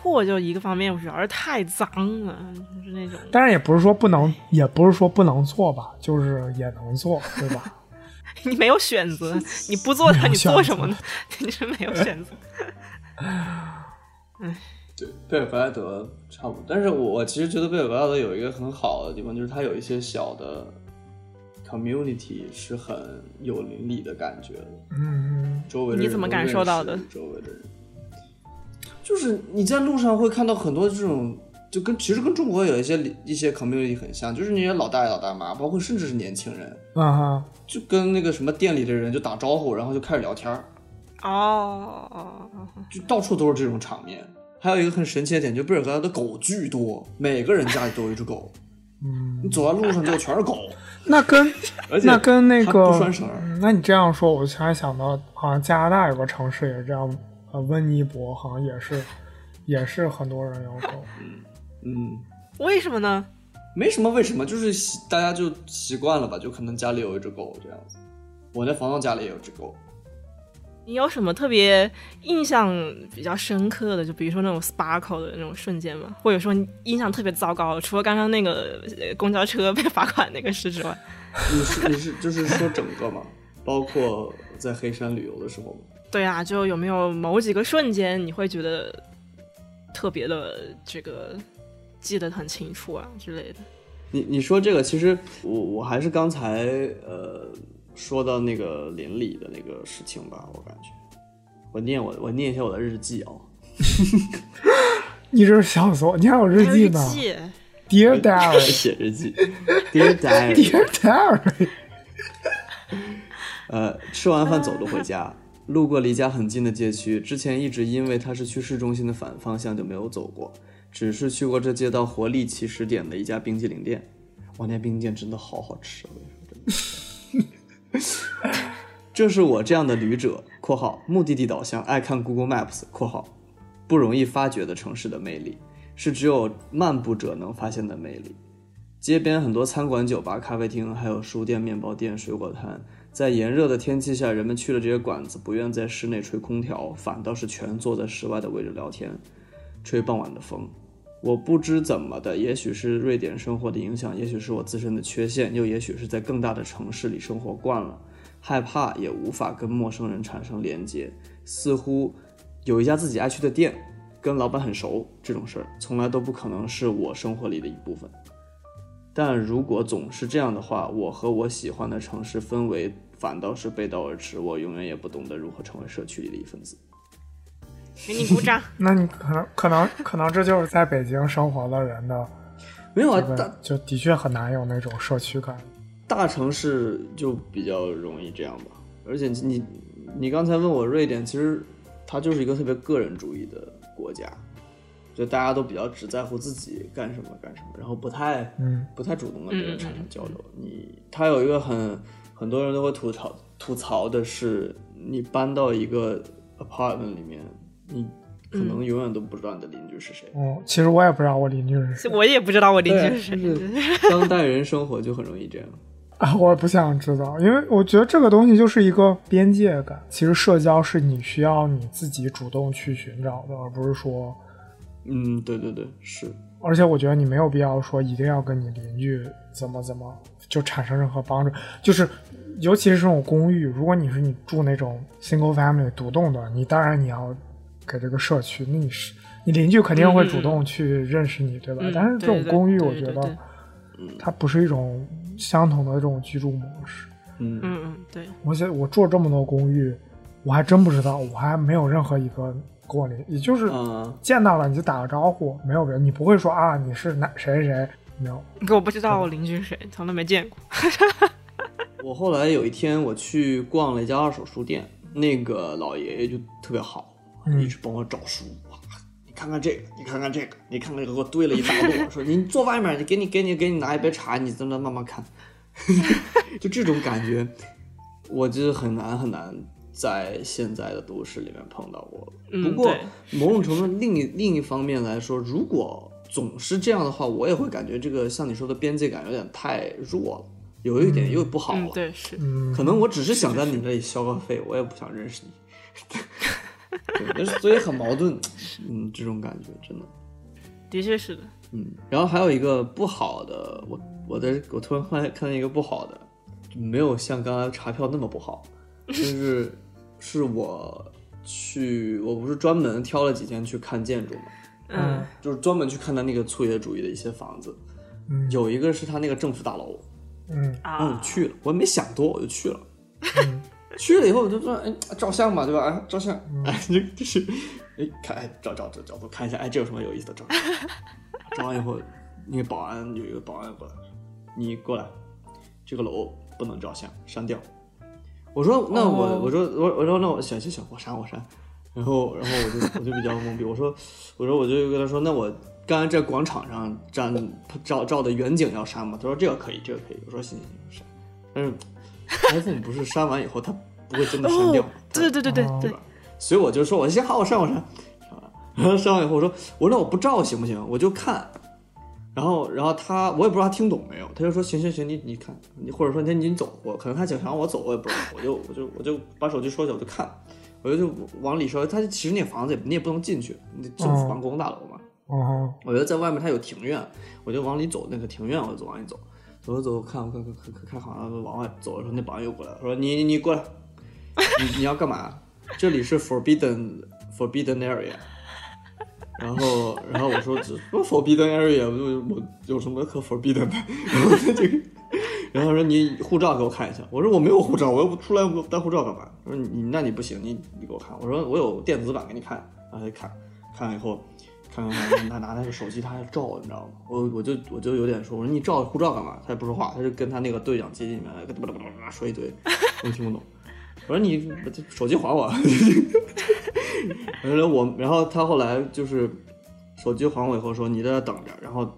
S3: 破就一个方面，主要是太脏了，就是那种
S2: 当然也不是说不能，也不是说不能做吧，就是也能做，对吧？
S3: 你没有选
S2: (laughs)
S3: 择，你不做
S2: 没
S3: 它，
S2: 有
S3: 你
S2: 选择
S3: 做什么呢？ (laughs) 你是没有选择。
S1: 对，贝尔维莱德差不多。但是我我其实觉得贝尔维莱德有一个很好的地方，就是它有一些小的 community 是很有邻里的感觉的。
S2: 嗯，
S1: 周围的人
S3: 你怎么感受到的
S1: 都认识周围的人，就是你在路上会看到很多这种，就跟其实跟中国有一些里一些 community 很像，就是那些老大爷老大妈，包括甚至是年轻人，
S2: 啊哈，
S1: 就跟那个什么店里的人就打招呼，然后就开始聊天儿，
S3: 哦哦哦，哦
S1: 就到处都是这种场面。还有一个很神奇的点，就贝尔格莱德狗巨多，每个人家里都有一只狗，
S2: 嗯，
S1: 你走在路上就全是
S2: (laughs)
S1: 狗，
S2: 那跟
S1: (laughs) 而且
S2: 那跟那
S1: 它
S2: 个
S1: 不拴绳儿，
S2: 嗯那你这样说，我突然想到，好像加拿大有个城市也是这样，呃，温尼伯好像也是，也是很多人有狗。
S1: 嗯，
S3: 为什么呢？
S1: 没什么，为什么就是习大家就习惯了吧，就可能家里有一只狗这样子。我那房东家里也有只狗，
S3: 你有什么特别印象比较深刻的？就比如说那种 sparkle 的那种瞬间吗？或者说你印象特别糟糕的，除了刚刚那个呃公交车被罚款那个事之外，
S1: 你是你是就是说整个吗？包括在黑山旅游的时候吗？
S3: 对啊，就有没有某几个瞬间你会觉得特别的这个记得很清楚啊之类的？
S1: 你你说这个，其实我我还是刚才呃说到那个邻里的那个事情吧，我感觉。我念我我念一下我的日记啊、
S2: 你这是笑死我！你还有日
S3: 还有
S2: 记
S3: 日
S2: 呢
S3: 记，
S2: ，Dear
S1: 哦，
S2: (laughs) Diary，Dear
S1: (laughs) 写日记，Dear Diary，
S2: Diary， (laughs)
S1: 呃，吃完饭走路回家，路过离家很近的街区，之前一直因为它是去市中心的反方向就没有走过，只是去过这街道活力起始点的一家冰激凌店。哇，那冰激凌真的好好吃，啊我跟你说真的。 (laughs) 这是我这样的旅者（括号目的地导向，爱看 Google Maps）（ 括号不容易发掘的城市的魅力，是只有漫步者能发现的魅力。街边很多餐馆、酒吧、咖啡厅，还有书店、面包店、水果摊，在炎热的天气下，人们去了这些馆子，不愿在室内吹空调，反倒是全坐在室外的位置聊天，吹傍晚的风。我不知怎么的，也许是瑞典生活的影响，也许是我自身的缺陷，又也许是在更大的城市里生活惯了，害怕也无法跟陌生人产生连接。似乎有一家自己爱去的店，跟老板很熟这种事儿，从来都不可能是我生活里的一部分。但如果总是这样的话，我和我喜欢的城市氛围反倒是背道而驰，我永远也不懂得如何成为社区里的一份子。
S3: 给你鼓掌。
S2: 那你可能可能可能这就是在北京生活的人
S3: 哦
S2: 的
S1: 没有啊
S2: 这，个
S1: 大
S2: 就的确很难有那种社区感。
S1: 大城市就比较容易这样吧。而且你你刚才问我瑞典，其实它就是一个特别个人主义的国家，就大家都比较只在乎自己干什么干什么，然后不太
S2: 嗯，
S1: 不太主动跟别人产生交流。
S3: 嗯
S1: 你他有一个很很多人都会吐槽吐槽的是，你搬到一个 apartment 里面，你可能永远都不知道你的邻居是谁。
S2: 哦，其实我也不知道我邻居是谁
S3: 我也不知道我邻居
S1: 嗯对，啊
S3: 是谁，
S1: 就是当代人生活就很容易这样。
S2: (laughs) 啊，我也不想知道，因为我觉得这个东西就是一个边界感。其实社交是你需要你自己主动去寻找的，而不是说，
S1: 嗯，对对对，是。
S2: 而且我觉得你没有必要说一定要跟你邻居怎么怎么就产生任何帮助。就是，尤其是这种公寓，如果你是你住那种 single family 独栋的，你当然你要给这个社区，那你是你邻居肯定会主动去认识你，对吧？
S3: 嗯
S2: 但是这
S3: 对
S2: 种
S3: 对
S2: 公寓，
S3: 对
S2: 我觉
S3: 对对
S2: 得它不是一种相同的这种居住模式。
S1: 嗯
S3: 嗯嗯，对，
S2: 我现我住了这么多公寓，我还真不知道，我还没有任何一个跟我联，也就是
S1: 啊，
S2: 见到了你就打个招呼，没有别的，你不会说啊你是哪谁谁谁，没有，
S3: 可我不知道我邻居是谁，从来没见过。
S1: (laughs) 我后来有一天我去逛了一家二手书店，那个老爷爷就特别好，
S2: 嗯
S1: 一直帮我找书。哇，你看看这个，你看看这个，你看看这个，给我堆了一大摞。说你坐外面，你给你给你给你拿一杯茶，你在那慢慢看。 (laughs) 就这种感觉，我就是很难很难在现在的都市里面碰到过。
S3: 嗯
S1: 不过
S3: 对
S1: 某种程度另一另一方面来说，如果总是这样的话，我也会感觉这个像你说的边界感有点太弱了，有一点又不好了。
S3: 嗯，对，是，
S2: 嗯，
S1: 可能我只是想在你这里消个费，我也不想认识你。 (laughs) 对，就是所以很矛盾，嗯，这种感觉真的，
S3: 的确是的。
S1: 嗯。然后还有一个不好的，我我在我突然看看到一个不好的，就没有像刚才查票那么不好，就是是我去，我不是专门挑了几天去看建筑嘛，
S2: 嗯
S3: 嗯，
S1: 就是专门去看他那个粗野主义的一些房子，
S2: 嗯
S1: 有一个是他那个政府大楼，
S2: 嗯
S1: 然后我
S3: 啊，
S1: 去了，我也没想多，我就去了。
S2: 嗯
S1: (laughs) 去了以后我就说，哎，照相吧，对吧？哎，照相，哎，就 (laughs) 就是，哎，看，哎，照照照角度看一下，哎，这有什么有意思的？照，
S2: (laughs)
S1: 照完以后，那个保安有一个保安过来，你过来，这个楼不能照相，删掉。我说那我、
S3: 哦
S1: 我说我我说那我行行行，我删我删。然后然后我就我就比较懵逼，我说我说我就跟他说，那我刚才在广场上站照照的远景要删吗？他说这个可以，这个可以。我说行行行，删。但是 iPhone 不是删完以后它不会真的删掉
S3: 哦
S1: 吗，，它
S3: 对对对对
S2: 哦
S3: 对，
S1: 所以我就说，我行好，我删我删，删完然后删完以后我说，我说那我不照行不行？我就看，然后然后他我也不知道他听懂没有，他就说行行行，你你看，你或者说你你走，我可能他想让我走，我也不知道，我就我就我就把手机收起来，我就看，我就就往里收。他其实那房子也你也不能进去，那政府办公大楼嘛，
S2: 哦，
S1: 我就在外面，它有庭院，我就往里走，那个庭院我就往里走，走着走着看，我看看看看看，好像往外走的时候，那保安又过来了，说你你你过来，你你要干嘛？这里是 forbidden (laughs) forbidden area。然后，然后我说这不 forbidden area，我就我有什么可 forbidden 的？ (laughs) 然后他就，然后说你护照给我看一下。我说我没有护照，我又不出来我带护照干嘛？他说你那你不行，你你给我看。我说我有电子版给你看，然后他就看，看了以后，看看看，他拿那 (laughs) 个手机他还照，你知道吗？我我就我就有点说，我说你照护照干嘛？他也不说话，他就跟他那个对讲机里面跟他说一堆，我也听不懂。我说你手机还我。 (laughs) 然后我，然后他后来就是手机还我以后说你在这等着，然后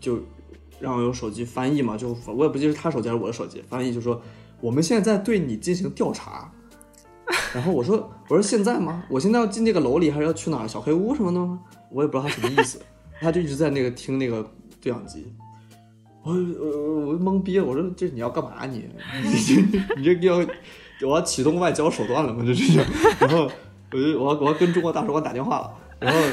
S1: 就让我用手机翻译嘛，就我也不记得是他手机还是我的手机翻译，就说我们现在在对你进行调查。然后我说我说现在吗？我现在要进这个楼里，还是要去哪儿小黑屋什么的吗？我也不知道他什么意思，他就一直在那个听那个对讲机。我呃我我懵逼了，我说这你要干嘛你？ (laughs) 你这你这要我要启动外 (laughs) 交手段了吗？这这这，然后我就我要我要跟中国大使馆打电话了，然后。 (laughs)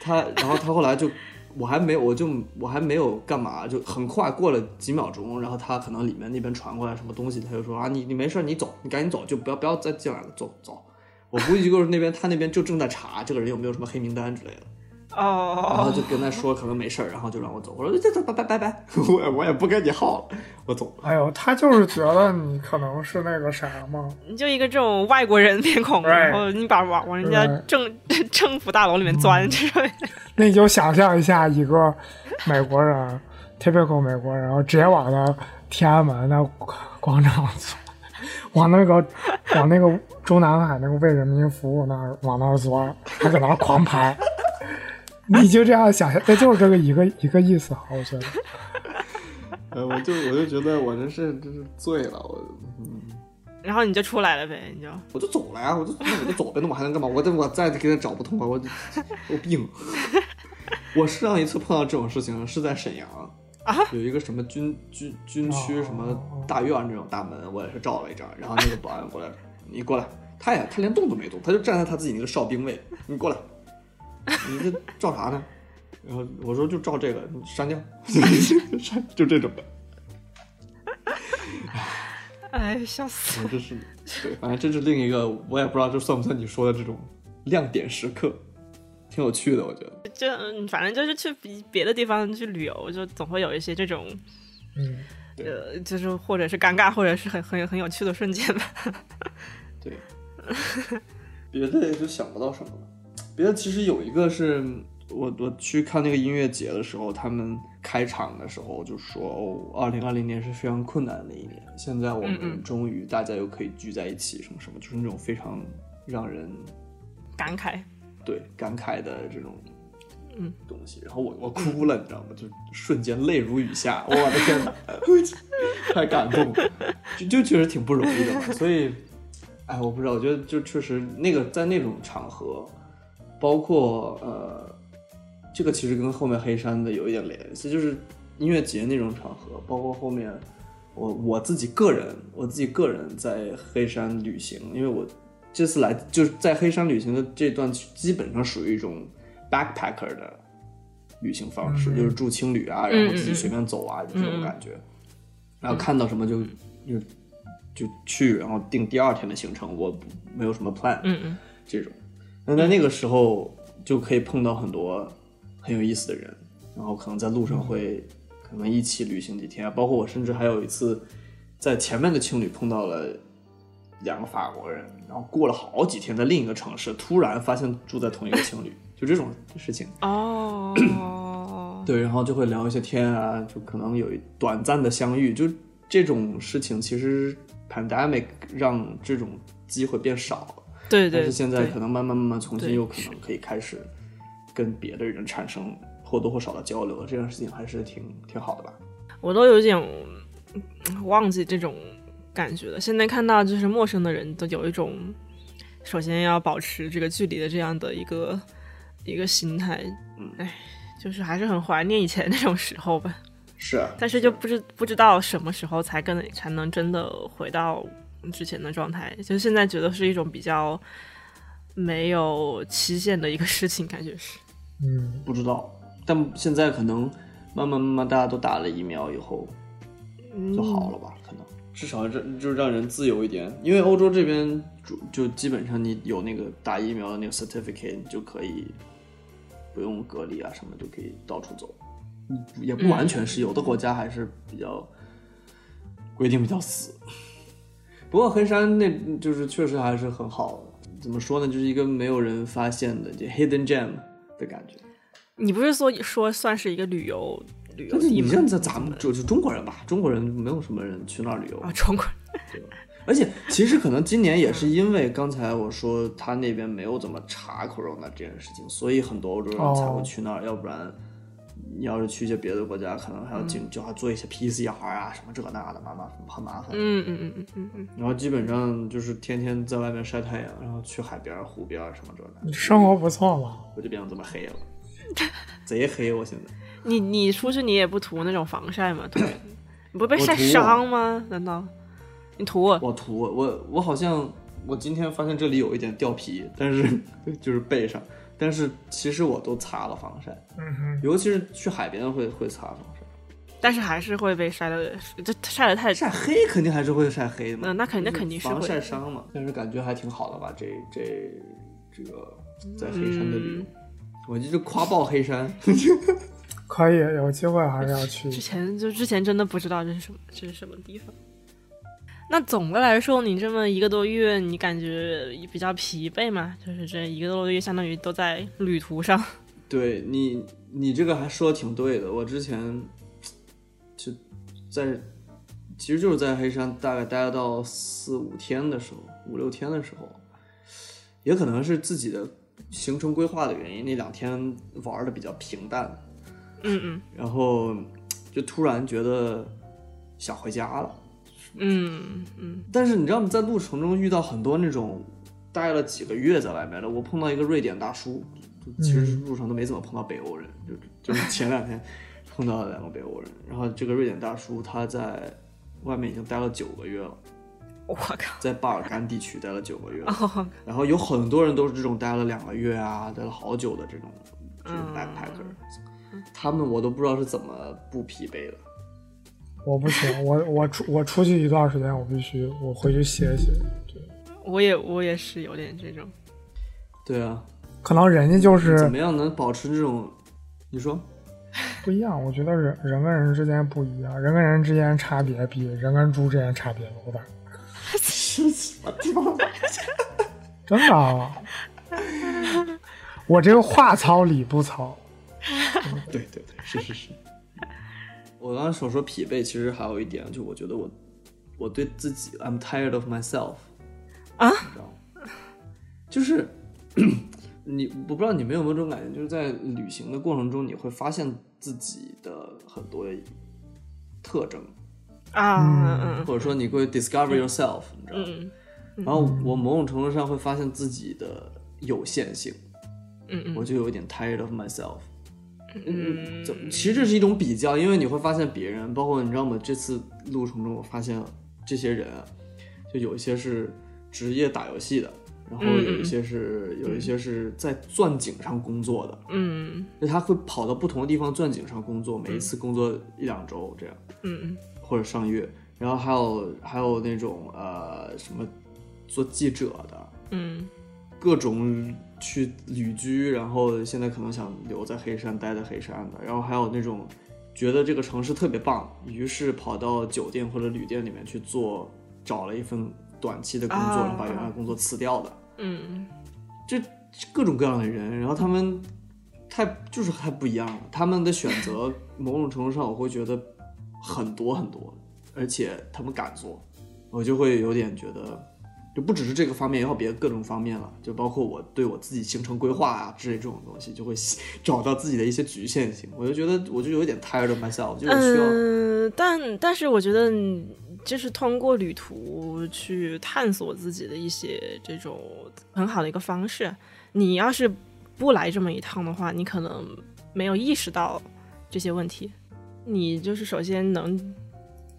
S1: 他，然后他后来就，我还没，我就我还没有干嘛，就很快过了几秒钟，然后他可能里面那边传过来什么东西，他就说啊，你你没事，你走，你赶紧走，就不要不要再进来了，走走。我估计就是那边他那边就正在查这个人有没有什么黑名单之类的，然后
S3: 哦，
S1: 就跟他说可能没事儿，然后就让我走。我说这这拜拜拜拜， (laughs) 我也我也不跟你耗了，我走。
S2: 哎呦，他就是觉得你可能是那个啥嘛，
S3: 你就一个这种外国人面孔，
S2: Right
S3: 然后你把往往人家
S2: Right
S3: 政 (laughs) 政府大楼里面钻，这种 (laughs)
S2: 那你就想象一下一个美国人，typical 美国人，然后直接往那天安门那广场走，往那个 (laughs) 往那个中南海那个为人民服务那儿往那儿钻，还搁那儿狂拍。你就这样想象，那就是这个一个一个意思哈，我觉得。
S1: 呃，我就我就觉得我真是真是醉了，我嗯。
S3: 然后你就出来了呗，你就
S1: 我就走了呀，我就那我就走呗，那我还能干嘛？我再我再给他找不通啊，我就我有病。 (laughs) 我上一次碰到这种事情是在沈阳
S3: 啊，
S1: 有一个什么军军军区什么大院那种大门，我也是照了一张，然后那个保安过来，你过来，他也他连动都没动，他就站在他自己那个哨兵位，你过来，你这照啥呢？然后我说就照这个，你删掉，删 (laughs) 就这种，
S3: 哎，笑死。
S1: 嗯我这是对，反正这是另一个，我也不知道这算不算你说的这种亮点时刻，挺有趣的，我觉得。
S3: 就嗯反正就是去别别的地方去旅游，就总会有一些这种
S2: 嗯，
S3: 呃，就是或者是尴尬，或者是很很很有趣的瞬间吧。 (laughs)
S1: 对，别的也就想不到什么了。别的其实有一个是我我去看那个音乐节的时候，他们开场的时候就说，哦，二零二零年是非常困难的一年，现在我
S3: 嗯嗯
S1: 们终于大家又可以聚在一起，什么什么，就是那种非常让人
S3: 感慨，
S1: 对感慨的这种
S3: 嗯
S1: 东西，然后我我哭了，你知道吗？就瞬间泪如雨下，我的天哪，我去太感动了，就就确实挺不容易的嘛。所以，哎，我不知道，我觉得就确实那个在那种场合，包括呃，这个其实跟后面黑山的有一点联系，就是音乐节那种场合，包括后面我我自己个人，我自己个人在黑山旅行，因为我这次来就是在黑山旅行的这段，基本上属于一种 backpacker 的旅行方式，
S2: 嗯
S1: 就是住青旅啊，然后自己随便走啊、这种感觉，然后看到什么就就就去，然后定第二天的行程，我不没有什么 plan，、
S3: 嗯嗯，
S1: 这种。那在那个时候就可以碰到很多很有意思的人，然后可能在路上会可能一起旅行几天啊，包括我甚至还有一次在前面的青旅碰到了两个法国人，然后过了好几天在另一个城市，突然发现住在同一个青旅，就这种事情。
S3: 哦，
S1: 对，然后就会聊一些天啊，就可能有一短暂的相遇，就这种事情其实 pandemic 让这种机会变少了。
S3: 对对
S1: 但是现在
S3: 对
S1: 可能慢慢慢慢重新
S3: 对
S1: 又可能可以开始跟别的人产生或多或少的交流，这件事情还是挺挺好的吧？
S3: 我都有点嗯忘记这种感觉了。现在看到就是陌生的人都有一种，首先要保持这个距离的这样的一个一个心态。
S1: 嗯
S3: 哎，就是还是很怀念以前那种时候吧。
S1: 是，
S3: 但啊是就不知不知道什么时候才跟才能真的回到之前的状态。就是现在觉得是一种比较没有期限的一个事情，感觉是。
S2: 嗯，
S1: 不知道，但现在可能慢慢慢慢大家都打了疫苗以后就好了吧？可能嗯至少让就让人自由一点，因为欧洲这边主就基本上你有那个打疫苗的那个 certificate，你就可以不用隔离啊什么，就可以到处走。嗯也不完全是，有的国家还是比较规定比较死。不过黑山那就是确实还是很好，怎么说呢，就是一个没有人发现的这 hidden gem 的感觉。
S3: 你不是说说算是一个旅游旅游
S1: 但是
S3: 地
S1: 你
S3: 吗？
S1: 像这咱们就是中国人吧，中国人没有什么人去那儿旅游
S3: 啊，，嗯中国人
S1: 而且其实可能今年也是因为刚才我说他那边没有怎么查 corona 这件事情，所以很多欧洲人才
S3: 哦
S1: 会去那儿，要不然你要是去一些别的国家，可能还要进、
S3: 嗯
S1: 就还做一些 PCR 啊什么这个那的，麻麻很麻烦。
S3: 嗯嗯嗯嗯嗯
S1: 然后基本上就是天天在外面晒太阳，然后去海边儿、湖边儿什么这个那
S3: 嗯
S2: 你
S1: 的，
S2: 生活不错嘛。
S1: 我就变成这么黑了，贼黑我现在。
S3: 嗯，你你出去你也不涂那种防晒吗？
S1: (clears throat)
S3: 涂你不会被
S1: 我
S3: 晒
S1: 涂啊
S3: 伤吗？难道你涂我？
S1: 我涂我我好像我今天发现这里有一点掉皮，但是 (laughs) 就是背上，但是其实我都擦了防晒，
S2: 嗯哼，
S1: 尤其是去海边会会擦防晒，
S3: 但是还是会被晒的，就晒的太，
S1: 晒黑肯定还是会晒黑的嘛，
S3: 嗯，那肯定
S1: 就是
S3: 肯定是
S1: 防
S3: 会
S1: 晒
S3: 的。
S1: 伤嘛，但是感觉还挺好的吧？这这这个在黑山
S3: 嗯
S1: 的旅游，我就是夸爆黑山， (laughs)
S2: 可以，有机会还是要去。
S3: 之前就之前真的不知道这是什么，这是什么地方。那总的来说，你这么一个多月，你感觉比较疲惫吗？就是这一个多月，相当于都在旅途上。
S1: 对你你这个还说的挺对的，我之前就在其实就是在黑山大概待了到四五天的时候，五六天的时候，也可能是自己的行程规划的原因，那两天玩的比较平淡，
S3: 嗯嗯
S1: 然后就突然觉得想回家了。
S3: 嗯嗯
S1: 但是你知道吗？在路程中遇到很多那种待了几个月在外面的，我碰到一个瑞典大叔，就其实路上都没怎么碰到北欧人，就就是前两天碰到了两个北欧人，然后这个瑞典大叔他在外面已经待了九个月了，
S3: 我靠！
S1: 在巴尔干地区待了九个月了，
S3: (laughs) 哦，
S1: 然后有很多人都是这种待了两个月啊，待了好久的这种这种
S3: 嗯
S1: backpacker，、他们我都不知道是怎么不疲惫的。
S2: 我不行，我我出我出去一段时间，我必须我回去歇歇。对，
S3: 我也我也是有点这种，
S1: 对啊，
S2: 可能人家就
S1: 怎
S2: 是
S1: 么样能保持这种？你说？ (laughs)
S2: 不一样，我觉得人人跟人之间不一样，人跟人之间差别比人跟猪之间差别老大，
S1: 我操！
S2: 真的、啊。我这个话糙理不糙，
S1: 对对对，是是是。 (laughs) 我刚刚所说疲惫，其实还有一点，就我觉得我我对自己，I'm tired of myself
S3: 啊
S1: 你知道吗？就是 (clears throat) 你，我不知道你们有没有这种感觉，就是在旅行的过程中，你会发现自己的很多特征，
S3: 啊嗯
S1: 或者说你会 discover yourself，你知道吗？
S3: 嗯
S1: 然后我某种程度上会发现自己的有限性，
S3: 嗯嗯
S1: 我就有点 tired of myself。嗯，怎么其实这是一种比较，因为你会发现别人，包括你知道吗？这次路程中，我发现这些人啊，就有一些是职业打游戏的，然后
S3: 嗯嗯
S1: 有一些是、有一些是在钻井上工作的，
S3: 嗯
S1: 就他会跑到不同的地方钻井上工作，每一次工作一两周这样。
S3: 嗯
S1: 或者上月，然后还有还有那种呃什么做记者的，
S3: 嗯
S1: 各种去旅居，然后现在可能想留在黑山，待在黑山的，然后还有那种觉得这个城市特别棒，于是跑到酒店或者旅店里面去做，找了一份短期的工作，
S3: 啊
S1: 然后把原来工作辞掉的，
S3: 嗯
S1: 这各种各样的人，然后他们太就是太不一样了，他们的选择某种程度上我会觉得很多很多，而且他们敢做，我就会有点觉得，就不只是这个方面，也有别的各种方面了，就包括我对我自己行程规划啊之类这种东西，就会找到自己的一些局限性，我就觉得我就有一点 tired of myself，就是需要、
S3: 嗯，但但是我觉得你就是通过旅途去探索自己的一些这种很好的一个方式。你要是不来这么一趟的话，你可能没有意识到这些问题。你就是首先能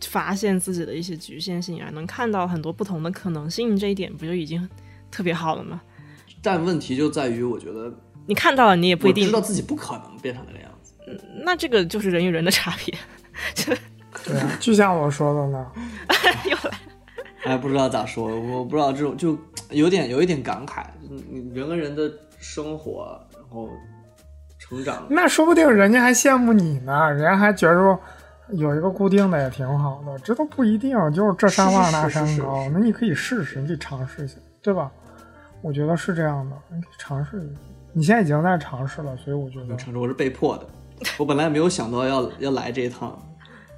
S3: 发现自己的一些局限性啊，能看到很多不同的可能性，这一点不就已经特别好了吗？ (laughs)
S1: 但问题就在于我觉得
S3: 你看到了，你也不
S1: 我
S3: 一定
S1: 知道自己不可能变成那个样子，
S3: 那这个就是人与人的差别。 (laughs)
S2: 对啊，就像我说的呢，
S3: 又来，
S1: 哎，不知道咋说，我不知道这种就有点有一点感慨，你嗯你人跟人的生活，然后成长，
S2: 那说不定人家还羡慕你呢，人家还觉着有一个固定的也挺好的，这都不一定，就是这山望那山
S1: 是是是
S2: 高，
S1: 是是
S2: 那你可以试试，你可以尝试一下，对吧？我觉得是这样的，你可以尝试一下。你现在已经在尝试了，所以我觉得
S1: 我承认我是被迫的，我本来没有想到要要来这一趟，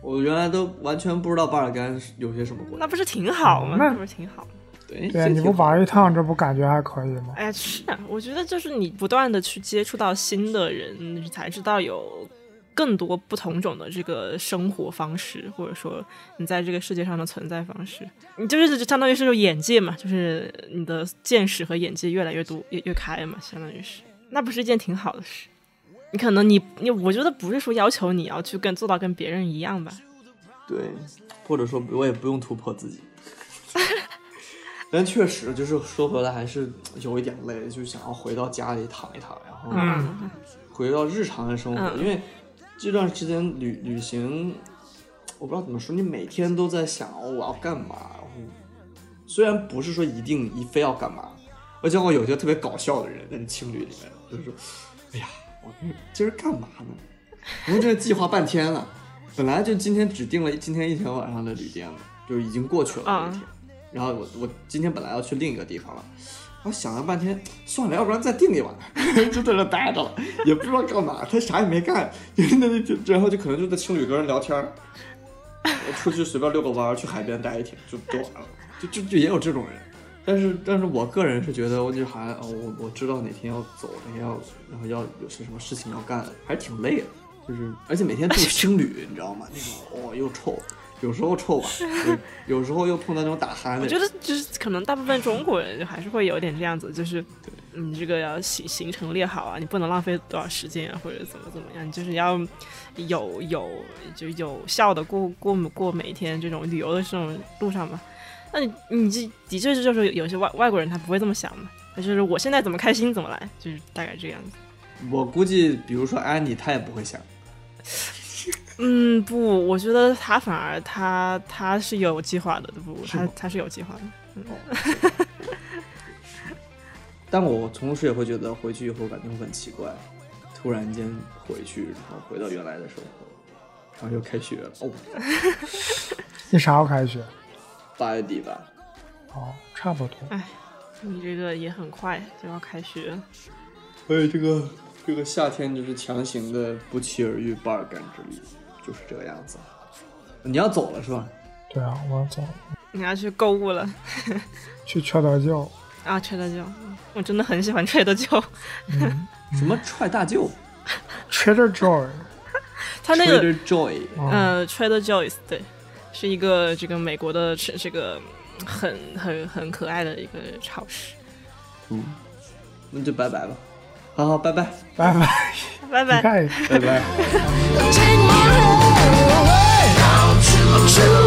S1: 我原来都完全不知道巴尔干是有些什么国
S3: 那
S1: 家，
S3: 不是挺好吗？
S2: 那
S3: 那不是挺好吗？
S1: 对
S2: 对，啊你不玩一趟，这不感觉还可以吗？
S3: 哎呀，是啊，我觉得就是你不断的去接触到新的人，你才知道有更多不同种的这个生活方式，或者说你在这个世界上的存在方式。你就是就相当于是有眼界嘛，就是你的见识和眼界越来越多，越越开嘛，相当于是，那不是一件挺好的事。你可能你你，我觉得不是说要求你要去跟做到跟别人一样吧，
S1: 对，或者说我也不用突破自己， (laughs) 但确实就是说回来还是有一点累，就想要回到家里躺一躺，然后
S2: 嗯
S1: 回到日常的生活，
S3: 嗯
S1: 因为这段时间旅旅行，我不知道怎么说，你每天都在想、哦、我要干嘛，然后虽然不是说一定一非要干嘛，我见过有些特别搞笑的人在情侣里面，就是说，哎呀，我今儿干嘛呢？我们这计划半天了，本来就今天只定了今天一天晚上的旅店了，就已经过去了那一天。然后我我今天本来要去另一个地方了，我想了半天，算了，要不然再定一晚， (laughs) 就在那待着了，也不知道干嘛，他啥也没干，就是那就然后就可能就在情侣跟人聊天儿，我出去随便遛个弯儿，去海边待一天就就完了，就就就也有这种人。但是，但是我个人是觉得，我就还哦，我我知道哪天要走，哪天要，然后要有些什么事情要干，还是挺累的。就是，而且每天住青旅，你知道吗？那种哦，又臭，有时候臭吧，有有时候又碰到那种打鼾的
S3: 我觉
S1: 人。
S3: 得就是可能大部分中国人就还是会有点这样子，就是你这个要行行程列好啊，你不能浪费多少时间啊，或者怎么怎么样，你就是要有有就有效的过过过每一天这种旅游的这种路上嘛。那你你这的确是就是有些外外国人他不会这么想嘛，他就是我现在怎么开心怎么来，就是大概这个样子。
S1: 我估计，比如说安妮，她也不会想。
S3: 嗯，不，我觉得他反而他他是有计划的，不，
S1: 是
S3: 他
S1: 吗
S3: 他是有计划的。
S1: 但我同时也会觉得回去以后感觉会很奇怪，突然间回去，然后回到原来的生活，然后又开学了，哦，
S2: 你啥时候开学？
S1: 八月底吧，
S2: 哦，差不多。
S3: 哎你这个也很快就要开学了。
S1: 所以这个这个夏天就是强行的不期而遇巴尔干之旅，就是这个样子。你要走了是吧？
S2: 对啊，我走
S3: 你要去购物了
S2: 去缺德舅。
S3: 啊！吹德酒，我真的很喜欢吹德酒，
S2: 嗯
S1: 什么踹大舅
S2: ，Trader Joy。
S3: (laughs) 他那个
S1: Trader Joy，
S2: 嗯，
S3: 呃 Trader Joe's 对，是一个这个美国的这这个嗯很很很可爱的一个超市。
S1: 嗯，那就拜拜吧，好好拜拜，
S2: 拜拜，
S3: 拜
S2: 你
S3: 拜。
S2: 看。
S1: 拜拜。
S4: Take my hand. Down to the